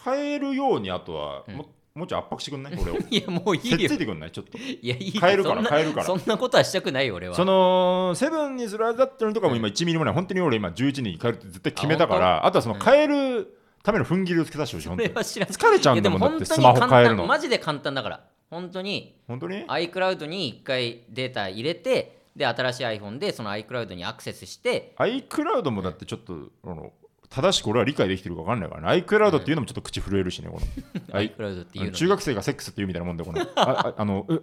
[SPEAKER 2] 変えるようにあとは、
[SPEAKER 1] うん
[SPEAKER 2] ももうちょい圧迫してく んない俺を
[SPEAKER 1] いやもうい
[SPEAKER 2] せっ
[SPEAKER 1] い
[SPEAKER 2] つ
[SPEAKER 1] よ
[SPEAKER 2] いてくんないちょっと
[SPEAKER 1] いやいいよ
[SPEAKER 2] 変えるか
[SPEAKER 1] そ
[SPEAKER 2] ら
[SPEAKER 1] んな
[SPEAKER 2] 変えるから
[SPEAKER 1] そんなことはしたくないよ俺は
[SPEAKER 2] そのセブンにするあれだってのとかも今1ミリもない本当に俺今11に変えるって絶対決めたからあとはその
[SPEAKER 1] うん
[SPEAKER 2] 変えるための踏ん切りをつけさせてほしい
[SPEAKER 1] そ
[SPEAKER 2] 本当
[SPEAKER 1] れ
[SPEAKER 2] に
[SPEAKER 1] は知らん
[SPEAKER 2] 疲れちゃ
[SPEAKER 1] いうや
[SPEAKER 2] ん
[SPEAKER 1] で
[SPEAKER 2] だ
[SPEAKER 1] も
[SPEAKER 2] もんだ
[SPEAKER 1] 本
[SPEAKER 2] って
[SPEAKER 1] 当
[SPEAKER 2] ス
[SPEAKER 1] に
[SPEAKER 2] マホ
[SPEAKER 1] 簡
[SPEAKER 2] 変える
[SPEAKER 1] 単
[SPEAKER 2] の
[SPEAKER 1] マジで簡単だから本当に
[SPEAKER 2] 本当に
[SPEAKER 1] iCloud に1回データ入れてで新しい iPhone でその iCloud にアクセスして
[SPEAKER 2] iCloud もだってちょっとあの正しく俺は理解できてるか分かんないからね iCloud っていうのもちょっと口震えるしねこの i-
[SPEAKER 1] iCloud っていうのに
[SPEAKER 2] 中学生がセックスって言うみたいなもんで、この あああのうう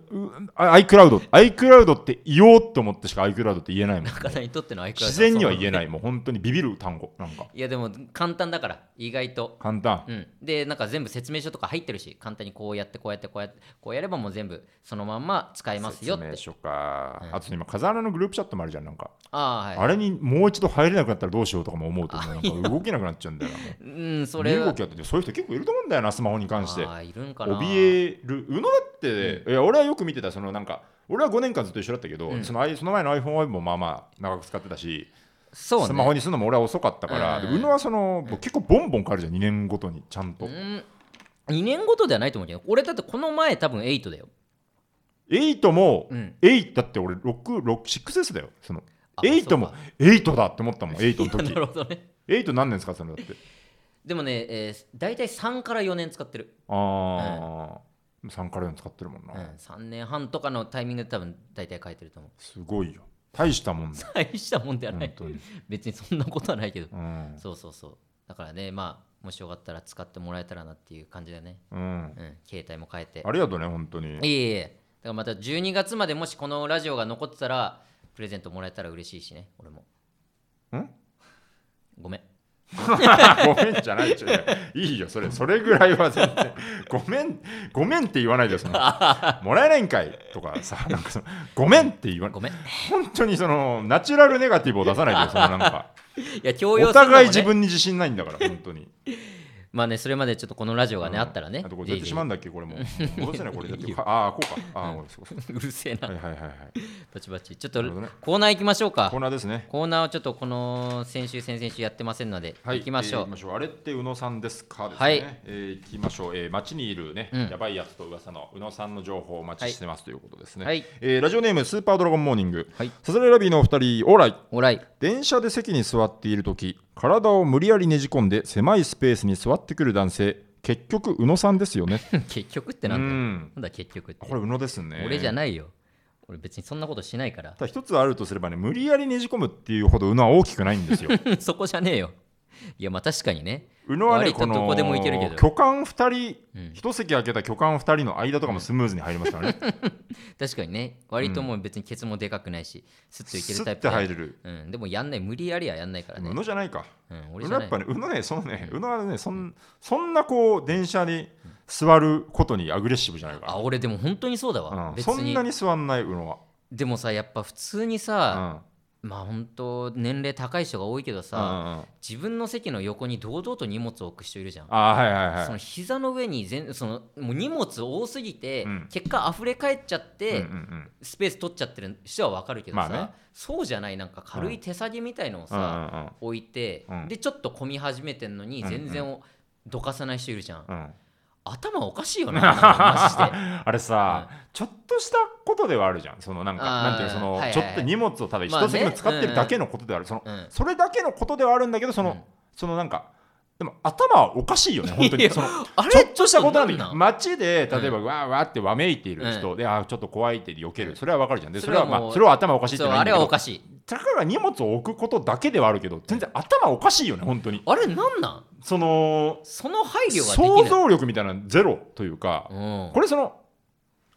[SPEAKER 2] あ iCloud、iCloud って言おうと思ってしか iCloud って言えないもん。
[SPEAKER 1] 中田にとっての iCloud
[SPEAKER 2] 自然には言え
[SPEAKER 1] い
[SPEAKER 2] ない、もう本当にビビる単語、なんか
[SPEAKER 1] いやでも簡単だから意外と
[SPEAKER 2] 簡単。
[SPEAKER 1] うん、でなんか全部説明書とか入ってるし簡単にこうやってこうやってこうやってこうやればもう全部そのまんま使えますよっ
[SPEAKER 2] 説明
[SPEAKER 1] て
[SPEAKER 2] 書か、
[SPEAKER 1] うん
[SPEAKER 2] あと今、風穴のグループチャットもあるじゃん、なんか、
[SPEAKER 1] ああ
[SPEAKER 2] あ
[SPEAKER 1] はい
[SPEAKER 2] れにもう一度入れなくなったらどうしようとかも思うと、もうなんか動けなくなっちゃうんだよな。もう
[SPEAKER 1] うんそれ
[SPEAKER 2] 身
[SPEAKER 1] は
[SPEAKER 2] 動きやってて、そういう人結構いると思うんだよな、スマホに関して
[SPEAKER 1] あ。あいるんかな
[SPEAKER 2] 怯える宇野だって、いや俺はよく見てたそのなんか俺は5年間ずっと一緒だったけど、
[SPEAKER 1] うん
[SPEAKER 2] そのあいその前の iPhone5 もまあまあ長く使ってたし、
[SPEAKER 1] そうね
[SPEAKER 2] スマホにするのも俺は遅かったから、
[SPEAKER 1] うん
[SPEAKER 2] で宇野はその、結構ボンボン変わるじゃん2年ごとにちゃんと、
[SPEAKER 1] うん2年ごとではないと思うけど俺だってこの前多分8だよ
[SPEAKER 2] 8も、
[SPEAKER 1] うん
[SPEAKER 2] 8だって俺666だよその
[SPEAKER 1] あ
[SPEAKER 2] 8も8だって 思ったもん8の
[SPEAKER 1] な
[SPEAKER 2] 時
[SPEAKER 1] るほどね
[SPEAKER 2] 8何年使ってたのだって
[SPEAKER 1] でもね、えー、大体3から4年使ってる、
[SPEAKER 2] ああ、3から4使ってるもんな、
[SPEAKER 1] うん、3年半とかのタイミングで多分大体変えてると思う
[SPEAKER 2] すごいよ大したもんだ
[SPEAKER 1] 大したもんではな
[SPEAKER 2] 本
[SPEAKER 1] い
[SPEAKER 2] 当に、
[SPEAKER 1] 別にそんなことはないけど
[SPEAKER 2] うん
[SPEAKER 1] そうそうそうだからねまあもしよかったら使ってもらえたらなっていう感じだね
[SPEAKER 2] うん、
[SPEAKER 1] うん携帯も変えて
[SPEAKER 2] ありがとうね本当に
[SPEAKER 1] いえいえだからまた12月までもしこのラジオが残ってたらプレゼントもらえたら嬉しいしね俺も
[SPEAKER 2] ん
[SPEAKER 1] ごめん
[SPEAKER 2] ごめんじゃないちょいいいよそれそれぐらいは全然ごめんごめんって言わな いでそのもらえないんかいとかさなんかそのごめんって言わない
[SPEAKER 1] ごめんい
[SPEAKER 2] 本当にそのナチュラルネガティブを出さない でよそのなんか
[SPEAKER 1] や強要
[SPEAKER 2] お
[SPEAKER 1] するのもね
[SPEAKER 2] 互い自分に自信ないんだから本当に
[SPEAKER 1] まあねそれまでちょっとこのラジオがね、
[SPEAKER 2] うん
[SPEAKER 1] あったらね
[SPEAKER 2] あとこれどうやってしまうんだっけこ れもう戻せないこれだっ
[SPEAKER 1] いい
[SPEAKER 2] て
[SPEAKER 1] よ
[SPEAKER 2] ああこうかああごめんそうそう
[SPEAKER 1] ぜひぜひ うるせえな、
[SPEAKER 2] はいはいはいはい
[SPEAKER 1] バチバチちょっと
[SPEAKER 2] なるほどね
[SPEAKER 1] コーナー行きましょうか
[SPEAKER 2] コーナーですね
[SPEAKER 1] コーナーをちょっとこの先週先々週やってませんので、
[SPEAKER 2] はい
[SPEAKER 1] 行きましょう、
[SPEAKER 2] えー行きましょうあれって宇野さんですかですね、
[SPEAKER 1] はい
[SPEAKER 2] えー行きましょう、えー、街にいるね、
[SPEAKER 1] うん
[SPEAKER 2] やばいやつと噂の宇野さんの情報をお待ちしてますということですね、
[SPEAKER 1] はい
[SPEAKER 2] えーラジオネームスーパードラゴンモーニング、
[SPEAKER 1] はい
[SPEAKER 2] サザレラビーのお二人オーライ
[SPEAKER 1] オー ライ
[SPEAKER 2] 電車で席に座っている時体を無理やりねじ込んで狭いスペースに座ってくる男性結局宇野さんですよね
[SPEAKER 1] 結局ってなんだよ
[SPEAKER 2] う
[SPEAKER 1] なん
[SPEAKER 2] ん
[SPEAKER 1] だ結局って
[SPEAKER 2] これ宇野ですね
[SPEAKER 1] 俺じゃ
[SPEAKER 2] い
[SPEAKER 1] ないよ俺別にそんなことしないから
[SPEAKER 2] ただ一つあるとすればね無理やりねじ込むっていうほど宇野は大きくないんですよ
[SPEAKER 1] そこじゃねえよいやまあ確かにね、
[SPEAKER 2] 宇野はね
[SPEAKER 1] 割と
[SPEAKER 2] この
[SPEAKER 1] どこでもいけるけど
[SPEAKER 2] 巨漢2人
[SPEAKER 1] うん、
[SPEAKER 2] 一席空けた巨漢2人の間とかもスムーズに入りますから ね
[SPEAKER 1] 確かにね割ともう別にケツもでかくないし、スッといけ
[SPEAKER 2] ス
[SPEAKER 1] るタイ
[SPEAKER 2] ッ
[SPEAKER 1] プ
[SPEAKER 2] て
[SPEAKER 1] だよ
[SPEAKER 2] 入れる
[SPEAKER 1] うん、でもやんない無理やりはやんないからね
[SPEAKER 2] 宇、野じゃないか
[SPEAKER 1] うん、俺
[SPEAKER 2] 宇
[SPEAKER 1] じゃ
[SPEAKER 2] 野
[SPEAKER 1] な
[SPEAKER 2] やっ
[SPEAKER 1] い
[SPEAKER 2] ぱね宇野ねそのね宇野はねそんそんなこう電車に座ることにアグレッシブじゃない
[SPEAKER 1] あ
[SPEAKER 2] か
[SPEAKER 1] 俺でも本当にそうだ
[SPEAKER 2] ら
[SPEAKER 1] わ、
[SPEAKER 2] うん
[SPEAKER 1] 別
[SPEAKER 2] そん
[SPEAKER 1] に
[SPEAKER 2] なに座んない宇野は
[SPEAKER 1] でもさやっぱ普通に
[SPEAKER 2] う
[SPEAKER 1] さ、
[SPEAKER 2] ん
[SPEAKER 1] まあ本当年齢高い人が多いけどさ、
[SPEAKER 2] うんうんうん
[SPEAKER 1] 自分の席の横に堂々と荷物を置く人いるじゃん
[SPEAKER 2] あはいはいはい
[SPEAKER 1] その膝の上に全そのもう荷物多すぎて、
[SPEAKER 2] うん
[SPEAKER 1] 結果溢れ返っちゃって、
[SPEAKER 2] うんうんうん
[SPEAKER 1] スペース取っちゃってる人は分かるけどさ、
[SPEAKER 2] まあね
[SPEAKER 1] そうじゃないなんか軽い手提げみたいのを
[SPEAKER 2] うん
[SPEAKER 1] さ、置いて、
[SPEAKER 2] うん
[SPEAKER 1] でちょっと混み始めてんのに
[SPEAKER 2] うんうん
[SPEAKER 1] 全然おどかさない人いるじゃん、
[SPEAKER 2] うんうん
[SPEAKER 1] 頭おかしい よねマジで
[SPEAKER 2] あれさ、ちょっとしたことではあるじゃん、そのなんか、
[SPEAKER 1] あー
[SPEAKER 2] なんていうのその、
[SPEAKER 1] はいはい
[SPEAKER 2] ちょっと荷物をただ
[SPEAKER 1] まあね
[SPEAKER 2] 一席分使ってるだけのことである、その、
[SPEAKER 1] うん
[SPEAKER 2] それだけのことではあるんだけど、その、
[SPEAKER 1] うん
[SPEAKER 2] そのなんか、でも頭はおかしいよね、本当
[SPEAKER 1] いや
[SPEAKER 2] に。その
[SPEAKER 1] あれ
[SPEAKER 2] ちょっとしたことなんだけ
[SPEAKER 1] ちょっ
[SPEAKER 2] ど、
[SPEAKER 1] と
[SPEAKER 2] 街で
[SPEAKER 1] うん
[SPEAKER 2] 例えば、わーわーってわめいている人、で、あーちょっと怖いって避ける、それはわかるじゃん。で、
[SPEAKER 1] そ
[SPEAKER 2] そ
[SPEAKER 1] れ
[SPEAKER 2] れ
[SPEAKER 1] は
[SPEAKER 2] は、ま
[SPEAKER 1] もう
[SPEAKER 2] あ、それは頭おかしいっ
[SPEAKER 1] そ
[SPEAKER 2] て
[SPEAKER 1] う
[SPEAKER 2] のはいい
[SPEAKER 1] あ
[SPEAKER 2] ん
[SPEAKER 1] れ
[SPEAKER 2] だけ
[SPEAKER 1] は
[SPEAKER 2] ど
[SPEAKER 1] おかしい
[SPEAKER 2] たかが荷物を置くことだけではあるけど、全然頭おかしいよね、本当に。
[SPEAKER 1] あれなんなん
[SPEAKER 2] その、
[SPEAKER 1] その配慮ができない
[SPEAKER 2] 想像力みたいなのゼロというか、
[SPEAKER 1] うん
[SPEAKER 2] これその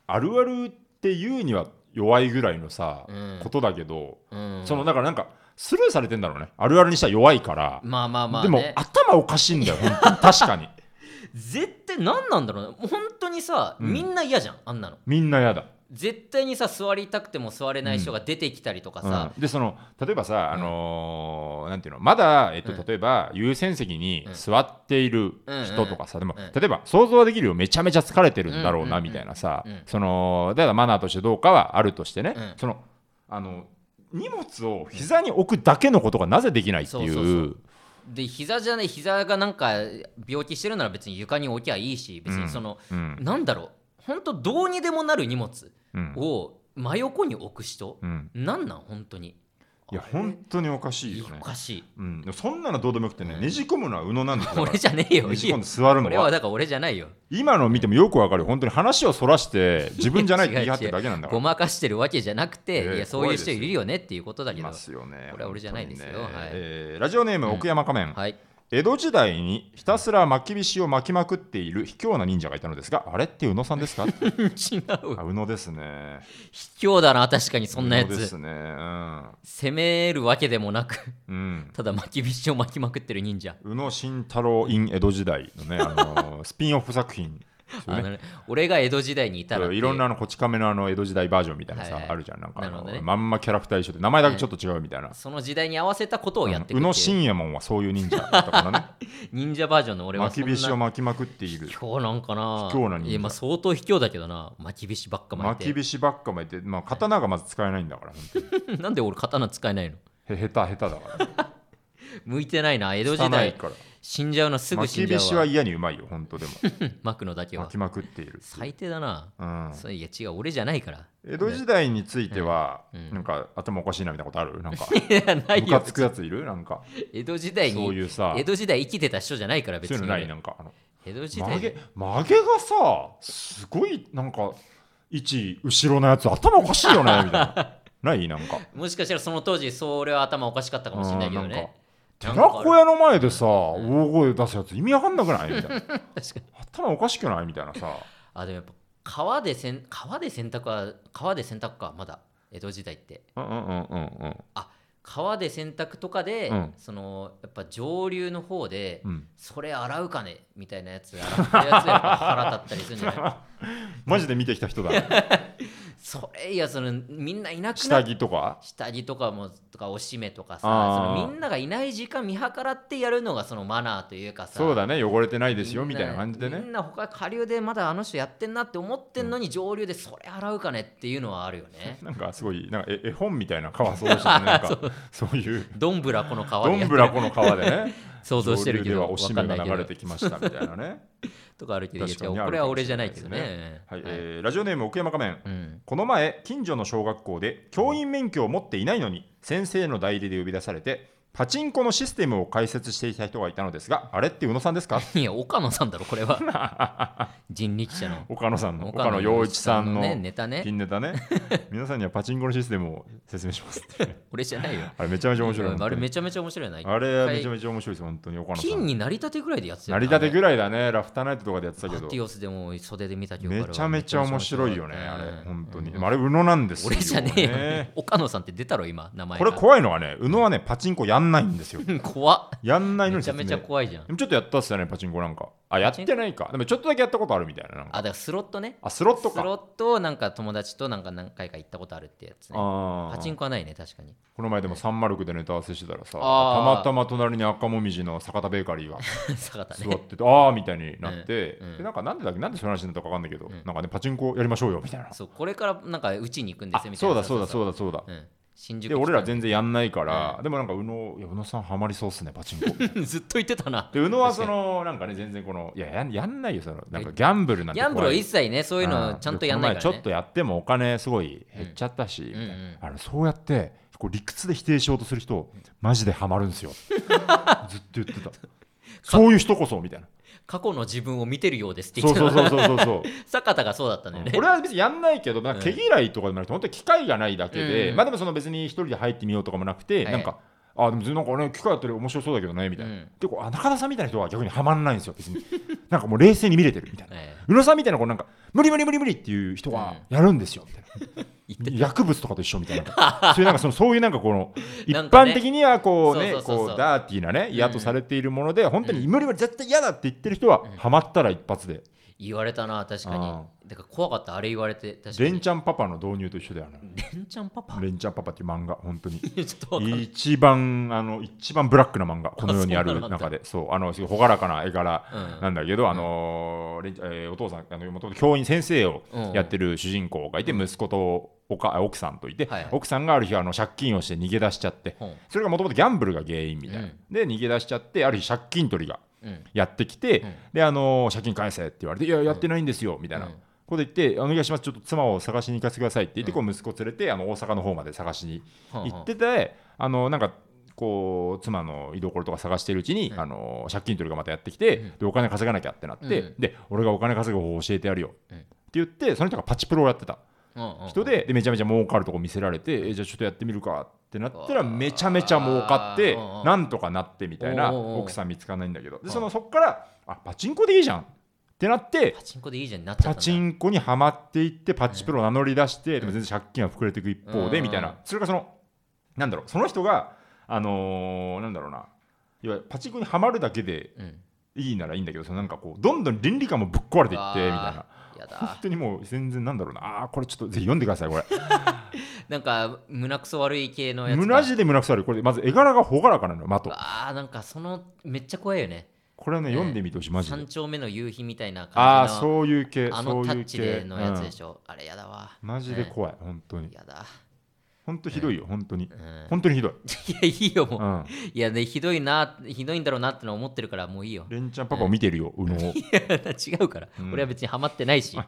[SPEAKER 2] あるあるっていうには弱いぐらいのさ、
[SPEAKER 1] うん
[SPEAKER 2] ことだけど、
[SPEAKER 1] うん
[SPEAKER 2] そのだからなんかスルーされてんだろうねあるあるにしたら弱いから、
[SPEAKER 1] まあまあまあ、
[SPEAKER 2] で
[SPEAKER 1] ね、
[SPEAKER 2] も頭おかしいんだよ本当に確かに
[SPEAKER 1] 絶対何なんだろうねもう本当にさ、
[SPEAKER 2] うん
[SPEAKER 1] みんな嫌じゃんあんなの
[SPEAKER 2] みんな嫌だ、
[SPEAKER 1] 絶対にさ座りたくても座れない人が出てきたりとかさ、
[SPEAKER 2] うんでその例えばさ、
[SPEAKER 1] う
[SPEAKER 2] あ
[SPEAKER 1] ん
[SPEAKER 2] のーなんていうのまだ、えっと
[SPEAKER 1] うん
[SPEAKER 2] 例えば優先席に座っている人とかさ、
[SPEAKER 1] うんうん
[SPEAKER 2] でも例えば想像はできるよめちゃめちゃ疲れてるんだろう
[SPEAKER 1] うんうんう
[SPEAKER 2] な、
[SPEAKER 1] ん
[SPEAKER 2] みたいなさ、
[SPEAKER 1] うん
[SPEAKER 2] そのだからマナーとしてどうかはあるとしてね、
[SPEAKER 1] うん
[SPEAKER 2] そのあの荷物を膝に置くだけのことがなぜできないっていう。
[SPEAKER 1] そうそうで膝じゃない膝がなんか病気してるなら別に床に置きゃいいし別にその、
[SPEAKER 2] うん
[SPEAKER 1] なんだろう本当どうにでもなる荷物
[SPEAKER 2] うん
[SPEAKER 1] を真横に置く人、
[SPEAKER 2] うん
[SPEAKER 1] なんなん本当に
[SPEAKER 2] いや本当におかしい
[SPEAKER 1] い
[SPEAKER 2] よ
[SPEAKER 1] や
[SPEAKER 2] ね
[SPEAKER 1] お。かしい
[SPEAKER 2] うん、でもそんなのどうでもよくて
[SPEAKER 1] う
[SPEAKER 2] ね、
[SPEAKER 1] ん
[SPEAKER 2] ねじ込むのは右脳なんですよだか
[SPEAKER 1] 俺じゃねえ
[SPEAKER 2] ら。
[SPEAKER 1] よ
[SPEAKER 2] ねじ込んで
[SPEAKER 1] い
[SPEAKER 2] 座る
[SPEAKER 1] や
[SPEAKER 2] の
[SPEAKER 1] 俺は
[SPEAKER 2] は
[SPEAKER 1] だから俺じゃないよ
[SPEAKER 2] 今の見てもよくわかるよ本当に話をそらして自分じゃないって言い張ってるだけなんだ か
[SPEAKER 1] ご
[SPEAKER 2] ら。
[SPEAKER 1] まかしてるわけじゃなくて、
[SPEAKER 2] ええ
[SPEAKER 1] いやそういう人いるよねっていうことだ
[SPEAKER 2] い
[SPEAKER 1] けど
[SPEAKER 2] ますよね。
[SPEAKER 1] 俺は俺じゃないですよ
[SPEAKER 2] 本当にね
[SPEAKER 1] はい
[SPEAKER 2] えーラジオネーム奥山仮面、
[SPEAKER 1] はい
[SPEAKER 2] 江戸時代にひたすら巻き菱を巻きまくっている卑怯な忍者がいたのですがあれって宇野さんです か
[SPEAKER 1] 違う
[SPEAKER 2] あ宇野ですね
[SPEAKER 1] 卑怯だな確かにそんなや
[SPEAKER 2] 宇野です
[SPEAKER 1] つ
[SPEAKER 2] ねうん、
[SPEAKER 1] 責めるわけでもなく
[SPEAKER 2] うん、
[SPEAKER 1] ただ巻き菱を巻きまくってる忍者
[SPEAKER 2] 宇野慎太郎 in 江戸時代のね、あの ースピンオフ作品ですよ
[SPEAKER 1] あ
[SPEAKER 2] ね
[SPEAKER 1] のね俺が江戸時代にいたらって
[SPEAKER 2] そう
[SPEAKER 1] う
[SPEAKER 2] いろんなあのこち亀のあの江戸時代バージョンみたいなさ、
[SPEAKER 1] はいはい
[SPEAKER 2] あるじゃんなんかあ
[SPEAKER 1] なる
[SPEAKER 2] の、
[SPEAKER 1] ほどね
[SPEAKER 2] まんまキャラクター一緒で名前だけちょっと違うみたいな、
[SPEAKER 1] その時代に合わせたことをやってくってい
[SPEAKER 2] うん宇野
[SPEAKER 1] う
[SPEAKER 2] 信也門はそういう忍者だったからね
[SPEAKER 1] 忍者バージョンの 俺はそ
[SPEAKER 2] 巻き
[SPEAKER 1] んな
[SPEAKER 2] 菱を巻きまくっている
[SPEAKER 1] 卑怯なんかな
[SPEAKER 2] 卑怯な忍者
[SPEAKER 1] いやまあ相当卑怯だけどな巻き菱ばっか巻
[SPEAKER 2] 巻
[SPEAKER 1] い
[SPEAKER 2] き
[SPEAKER 1] て
[SPEAKER 2] 菱ばっか巻いて、まあ、刀がまず使えないんだから本当に
[SPEAKER 1] なんで俺刀使えないの
[SPEAKER 2] へ下手下手だから
[SPEAKER 1] 向いてないな江戸時
[SPEAKER 2] 汚い
[SPEAKER 1] 代
[SPEAKER 2] から
[SPEAKER 1] 死んじゃうのすぐ
[SPEAKER 2] 巻
[SPEAKER 1] 死ん
[SPEAKER 2] き
[SPEAKER 1] じゃ
[SPEAKER 2] 菱
[SPEAKER 1] う
[SPEAKER 2] は
[SPEAKER 1] わ
[SPEAKER 2] 嫌にうまいよ本当でも
[SPEAKER 1] 巻くのだけは
[SPEAKER 2] 巻きまくっている、
[SPEAKER 1] 最低だな
[SPEAKER 2] うん、
[SPEAKER 1] そういや違う俺じゃないから
[SPEAKER 2] 江戸時代については、
[SPEAKER 1] うん
[SPEAKER 2] なんか頭おかしいなみたいなことあるなんか
[SPEAKER 1] いやない
[SPEAKER 2] ムカ
[SPEAKER 1] よ
[SPEAKER 2] つくやついるなんか
[SPEAKER 1] 江戸時代
[SPEAKER 2] そう
[SPEAKER 1] に
[SPEAKER 2] いうさ
[SPEAKER 1] 江戸時代生きてた人じゃないから別
[SPEAKER 2] そういう
[SPEAKER 1] に
[SPEAKER 2] の
[SPEAKER 1] 俺
[SPEAKER 2] ないなんかあの
[SPEAKER 1] 江戸時
[SPEAKER 2] 曲
[SPEAKER 1] 代
[SPEAKER 2] げ曲げがさすごいなんか位置後ろのやつ頭おかしいよねみたい なないなんか
[SPEAKER 1] もしかしたらその当時それは頭おかしかったかもしれないけど
[SPEAKER 2] うんなん
[SPEAKER 1] ね
[SPEAKER 2] か
[SPEAKER 1] な
[SPEAKER 2] 寺
[SPEAKER 1] んかある
[SPEAKER 2] 子屋の前でさ大声出すやつ意味わかんなくないみたいな
[SPEAKER 1] 確かに
[SPEAKER 2] 頭おかしくないみたいなさ
[SPEAKER 1] あでもやっぱ川でせん川で洗濯は川で洗濯かまだ江戸時代って
[SPEAKER 2] うんうんうんうんうん
[SPEAKER 1] 川で洗濯とかで、
[SPEAKER 2] うん
[SPEAKER 1] そのやっぱ上流の方で、
[SPEAKER 2] うん
[SPEAKER 1] それ洗うかねみたいなやつ洗ってるやつがやっぱ腹立ったりするんじゃない
[SPEAKER 2] マジで見てきた 人だ
[SPEAKER 1] それいやそのみんないなくな
[SPEAKER 2] 下
[SPEAKER 1] っ
[SPEAKER 2] 着とか
[SPEAKER 1] 下着とかもとかおしめとかさ
[SPEAKER 2] あー
[SPEAKER 1] そのみんながいない時間見計らってやるのがそのマナーというかさ
[SPEAKER 2] そうだね汚れてないですよ
[SPEAKER 1] み
[SPEAKER 2] み
[SPEAKER 1] ん
[SPEAKER 2] たいな感じでね
[SPEAKER 1] みんな他下流でまだあの人やってんなって思ってんのに上流でそれ洗うかねっていうのはあるよね
[SPEAKER 2] なんかすごいなんか絵絵本みたいな川そうでしたねな んかそういう
[SPEAKER 1] どんぶらこの川
[SPEAKER 2] ど
[SPEAKER 1] でや
[SPEAKER 2] ん
[SPEAKER 1] っ
[SPEAKER 2] ぶらこの川でね
[SPEAKER 1] 想像してるけ
[SPEAKER 2] 上流では
[SPEAKER 1] ど
[SPEAKER 2] おし
[SPEAKER 1] 分か
[SPEAKER 2] め
[SPEAKER 1] んな
[SPEAKER 2] が
[SPEAKER 1] いけ
[SPEAKER 2] 流れ
[SPEAKER 1] ど
[SPEAKER 2] てきましたみたいなね
[SPEAKER 1] とかあるけどいや
[SPEAKER 2] 確かに
[SPEAKER 1] 違う
[SPEAKER 2] ある
[SPEAKER 1] これは俺じゃないけど
[SPEAKER 2] かもし
[SPEAKER 1] ね
[SPEAKER 2] はい、
[SPEAKER 1] はい
[SPEAKER 2] えーラジオネーム奥山仮面
[SPEAKER 1] うん
[SPEAKER 2] この前近所の小学校で教員免許を持っていないのに先生の代理で呼び出されてパチンコのシステムを解説していた人がいたのですが、あれって宇野さんですか
[SPEAKER 1] いや岡野さんだろこれは 人力車の
[SPEAKER 2] 岡野さんの、岡野陽一さんの
[SPEAKER 1] ねネタね
[SPEAKER 2] 金ネタね。皆さんにはパチンコのシステムを説明しますって。
[SPEAKER 1] 俺じゃないよ
[SPEAKER 2] あれめちゃめちゃ面白い。
[SPEAKER 1] あれめ
[SPEAKER 2] ち
[SPEAKER 1] ちゃめちゃ面白いな
[SPEAKER 2] ゃあれめちゃ
[SPEAKER 1] ゃ
[SPEAKER 2] めちゃ面白いです、本当に岡野さ
[SPEAKER 1] 金
[SPEAKER 2] ん。
[SPEAKER 1] になりたてぐらいでやってた
[SPEAKER 2] 成り立てぐ
[SPEAKER 1] らい
[SPEAKER 2] らいだね、ラフターナイトとかでやってたけ
[SPEAKER 1] パ
[SPEAKER 2] ど
[SPEAKER 1] テ。ィオスでも袖で見た記憶あ
[SPEAKER 2] め
[SPEAKER 1] るわ
[SPEAKER 2] ちゃめちゃ面白いよね、あれ、本当に。
[SPEAKER 1] うん
[SPEAKER 2] でもあれ、宇野なんですよ。
[SPEAKER 1] 俺じゃねえよ、 岡野さんって出たろ今名前
[SPEAKER 2] こ
[SPEAKER 1] が
[SPEAKER 2] れ怖いのはね、宇野はね、パチンコやんないんですよ。
[SPEAKER 1] うん怖っ
[SPEAKER 2] やんないの
[SPEAKER 1] め
[SPEAKER 2] に
[SPEAKER 1] ちゃめ
[SPEAKER 2] 説明
[SPEAKER 1] ちゃ怖いじゃん
[SPEAKER 2] でもちょっとやったっすよね、パチンコなんか。あ、やってないか。でもちょっとだけやったことあるみたいな。なん
[SPEAKER 1] あ
[SPEAKER 2] か
[SPEAKER 1] だからスロットね
[SPEAKER 2] あ、スロット
[SPEAKER 1] スロ
[SPEAKER 2] か。
[SPEAKER 1] ットをなんか友達となんか何回か行ったことあるってやつね
[SPEAKER 2] あー
[SPEAKER 1] パチンコはないね確かに
[SPEAKER 2] この前でも309でネタ合わせしてたらさ、た
[SPEAKER 1] あー
[SPEAKER 2] またま隣に赤もみじの坂田ベーカリ ーが
[SPEAKER 1] 坂田
[SPEAKER 2] 座っ
[SPEAKER 1] ね
[SPEAKER 2] てて、あーみたいになって、
[SPEAKER 1] うんうん
[SPEAKER 2] でなんかなんでだっけ、なんでその話になったか分かんないけど、
[SPEAKER 1] ん
[SPEAKER 2] なんかね、パチンコやりましょうよみたいな。
[SPEAKER 1] そうこれからなんかうちに行くんですよみ
[SPEAKER 2] あ
[SPEAKER 1] たい
[SPEAKER 2] そう
[SPEAKER 1] な
[SPEAKER 2] だそうだそううだそうだ。
[SPEAKER 1] だ、うん、新宿
[SPEAKER 2] で、
[SPEAKER 1] 来た
[SPEAKER 2] 俺ら全然やんないから、でもなんか、宇野、いや、宇野さんハマりそうっすね、パチンコ。
[SPEAKER 1] ずっと言ってた な
[SPEAKER 2] で、宇野はその、なんかね、全然この、いや、やんやんないよ、その、なんかギャンブルなんて
[SPEAKER 1] ギャンブルは
[SPEAKER 2] 怖い
[SPEAKER 1] 一切ねそういうのちゃんとやんないから、ね、
[SPEAKER 2] うこの前ちょっとやってもお金すごい減っちゃったし、みたいな
[SPEAKER 1] うんうん
[SPEAKER 2] あのそうやってこう理屈で否定しようとする人マジでハマる んですよずっと言ってたそういう人こそみ たいな
[SPEAKER 1] 過去の自分を見てるようですって
[SPEAKER 2] そ
[SPEAKER 1] 言っ
[SPEAKER 2] う
[SPEAKER 1] てた
[SPEAKER 2] そうそうそうそうそう
[SPEAKER 1] 坂田がそうだったんだよね、
[SPEAKER 2] 俺は別にやんないけどなんか毛嫌いとかでもなくて本当に機会がないだけで、
[SPEAKER 1] うん
[SPEAKER 2] まあでもその別に一人で入ってみようとかもなくて、
[SPEAKER 1] はい
[SPEAKER 2] なんかあでもなんかね機会あったら面白そうだけどねみたいな、
[SPEAKER 1] うん
[SPEAKER 2] でこうあ中田さんみたいな人は逆にはまんないんですよ別になんかもう冷静に見れてるみたいな、
[SPEAKER 1] え
[SPEAKER 2] 宇野さんみたいなこうなんか無理無理無理無理っていう人はやるんですよみたいな、
[SPEAKER 1] え言って
[SPEAKER 2] 薬物とかと一緒みたい なそういうなんかそのそういうなんかこの一
[SPEAKER 1] なんかね
[SPEAKER 2] 般的にはこうね
[SPEAKER 1] そうそうそうそう
[SPEAKER 2] こうダーティーなね嫌とされているもので本当に無理無理絶対嫌だって言ってる人はハマったら一発で
[SPEAKER 1] 言われたな確か
[SPEAKER 2] あ
[SPEAKER 1] にだから怖かったあれ言われて確かに
[SPEAKER 2] レンちゃんパパの導入と一緒だよね
[SPEAKER 1] レンちゃんパパ
[SPEAKER 2] レンちゃんパパっていう漫画本当に
[SPEAKER 1] ちょっと わかんない
[SPEAKER 2] 一番あの一番ブラックな漫画この世にあ
[SPEAKER 1] あそう
[SPEAKER 2] る
[SPEAKER 1] なんだ
[SPEAKER 2] 中でそうあのすごい朗らかな絵柄
[SPEAKER 1] うん
[SPEAKER 2] なんだけど、あのーレンえーお父さんあの元々教員先生をやってる主人公がいて、息子とおかあ奥さんといて、
[SPEAKER 1] はいはい
[SPEAKER 2] 奥さんがある日あの借金をして逃げ出しちゃって、
[SPEAKER 1] ほん
[SPEAKER 2] それがもともとギャンブルが原因みたいな、
[SPEAKER 1] うん
[SPEAKER 2] で逃げ出しちゃってある日借金取りが
[SPEAKER 1] うん
[SPEAKER 2] やってきて、
[SPEAKER 1] うん
[SPEAKER 2] であのー借金返せって言われて「いややってないんですよ」みたいな。
[SPEAKER 1] うん
[SPEAKER 2] こと言って「お願いしますちょっと妻を探しに行かせてください」って言って、こう息子連れてあの大阪の方まで探しに
[SPEAKER 1] ほんほ
[SPEAKER 2] 行
[SPEAKER 1] ん
[SPEAKER 2] っててあのなんかこう妻の居所とか探してるうちに、あの借金取りがまたやってきて、でお金稼がなきゃってなって、
[SPEAKER 1] うん
[SPEAKER 2] で俺がお金稼ぐ方法教えてやるよ、
[SPEAKER 1] うん
[SPEAKER 2] って言ってその人がパチプロをやってた
[SPEAKER 1] うんうん
[SPEAKER 2] 人で,、でめちゃめちゃ儲かるとこ見せられて、えじゃあちょっとやってみるかってなったら
[SPEAKER 1] うわー
[SPEAKER 2] めちゃめちゃ儲かって
[SPEAKER 1] うんうん
[SPEAKER 2] なんとかなってみたいな
[SPEAKER 1] おうおうおう
[SPEAKER 2] 奥さん見つからないんだけど
[SPEAKER 1] う
[SPEAKER 2] で
[SPEAKER 1] ん
[SPEAKER 2] そのそっからあパチンコでいいじゃんってなって
[SPEAKER 1] パチンコでいいじゃんになっちゃった
[SPEAKER 2] パチンコにはまっていってパチプロを名乗り出して、でも全然借金は膨れていく一方で、
[SPEAKER 1] うん
[SPEAKER 2] みたいなそれがそのなんだろうその人があのーなんだろうないわゆるパチンコにはまるだけで
[SPEAKER 1] コうん
[SPEAKER 2] いいならいいんだけどそのなんかこうどんどん倫理観もぶっ壊れていってみたいな
[SPEAKER 1] や
[SPEAKER 2] 本
[SPEAKER 1] だ
[SPEAKER 2] 当にもう全然なんだろうなあーこれちょっとぜひ読んでくださいこれ
[SPEAKER 1] なんか胸くそ悪い系のやつ
[SPEAKER 2] 胸
[SPEAKER 1] じ
[SPEAKER 2] 地で胸くそ悪いこれまず絵柄が朗らかなのよマト
[SPEAKER 1] あーなんかそのめっちゃ怖いよね
[SPEAKER 2] これね
[SPEAKER 1] ね
[SPEAKER 2] 読んでみてほしいマジで
[SPEAKER 1] 三丁目の夕日みたいな
[SPEAKER 2] ああ
[SPEAKER 1] 感じの
[SPEAKER 2] そういう系
[SPEAKER 1] あ
[SPEAKER 2] そ
[SPEAKER 1] の
[SPEAKER 2] う
[SPEAKER 1] タ
[SPEAKER 2] いう
[SPEAKER 1] ッチで
[SPEAKER 2] 系
[SPEAKER 1] のやつで
[SPEAKER 2] ょ
[SPEAKER 1] しょあれやだわ
[SPEAKER 2] マジで怖い本当に
[SPEAKER 1] やだ
[SPEAKER 2] 本当ひどいよ本当に
[SPEAKER 1] うん
[SPEAKER 2] 本当にひどい
[SPEAKER 1] いやいいよもう
[SPEAKER 2] うん
[SPEAKER 1] いやねひどいなひどいんだろうなってのは思ってるからもういいよ
[SPEAKER 2] レンちゃんパパを見てるよ、うのを。
[SPEAKER 1] 違うから、
[SPEAKER 2] うん
[SPEAKER 1] 俺は別にハマってないし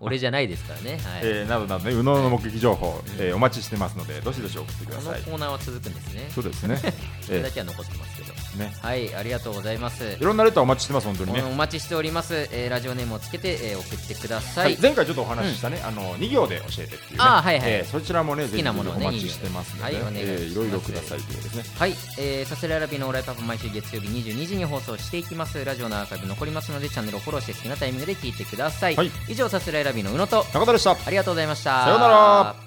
[SPEAKER 1] 俺じゃないですからね、はい
[SPEAKER 2] えーなどなどね、うのの目撃情報、えーお待ちしてますので、どしどし送ってくだ
[SPEAKER 1] この
[SPEAKER 2] さい
[SPEAKER 1] コ。ーナーは続くんですね
[SPEAKER 2] そうです ね。
[SPEAKER 1] それ
[SPEAKER 2] え
[SPEAKER 1] だけは残ってますけど
[SPEAKER 2] ーね、
[SPEAKER 1] はいありがとうございます
[SPEAKER 2] いろんなレターお待ちしてます、本当にね。
[SPEAKER 1] お待ちしております、えーラジオネームをつけて、えー送ってくださ、
[SPEAKER 2] はいい、前回ちょっとお話ししたね、あの二行で教えてっていうね。
[SPEAKER 1] あーはいはい
[SPEAKER 2] えーそちらもね、
[SPEAKER 1] 好きなものを
[SPEAKER 2] ぜひ
[SPEAKER 1] ね
[SPEAKER 2] お待ちしてますので、
[SPEAKER 1] はいお願いします
[SPEAKER 2] えーいろいろくださいということですね。
[SPEAKER 1] はい、えー、サスレラビのオーライパパ毎週月曜日22時に放送していきますラジオのアーカイブ残りますのでチャンネルをフォローして好きなタイミングで聞いてください、
[SPEAKER 2] はい
[SPEAKER 1] 以上サスレラビの宇野と
[SPEAKER 2] 中田でした。
[SPEAKER 1] ありがとうございました
[SPEAKER 2] さようなら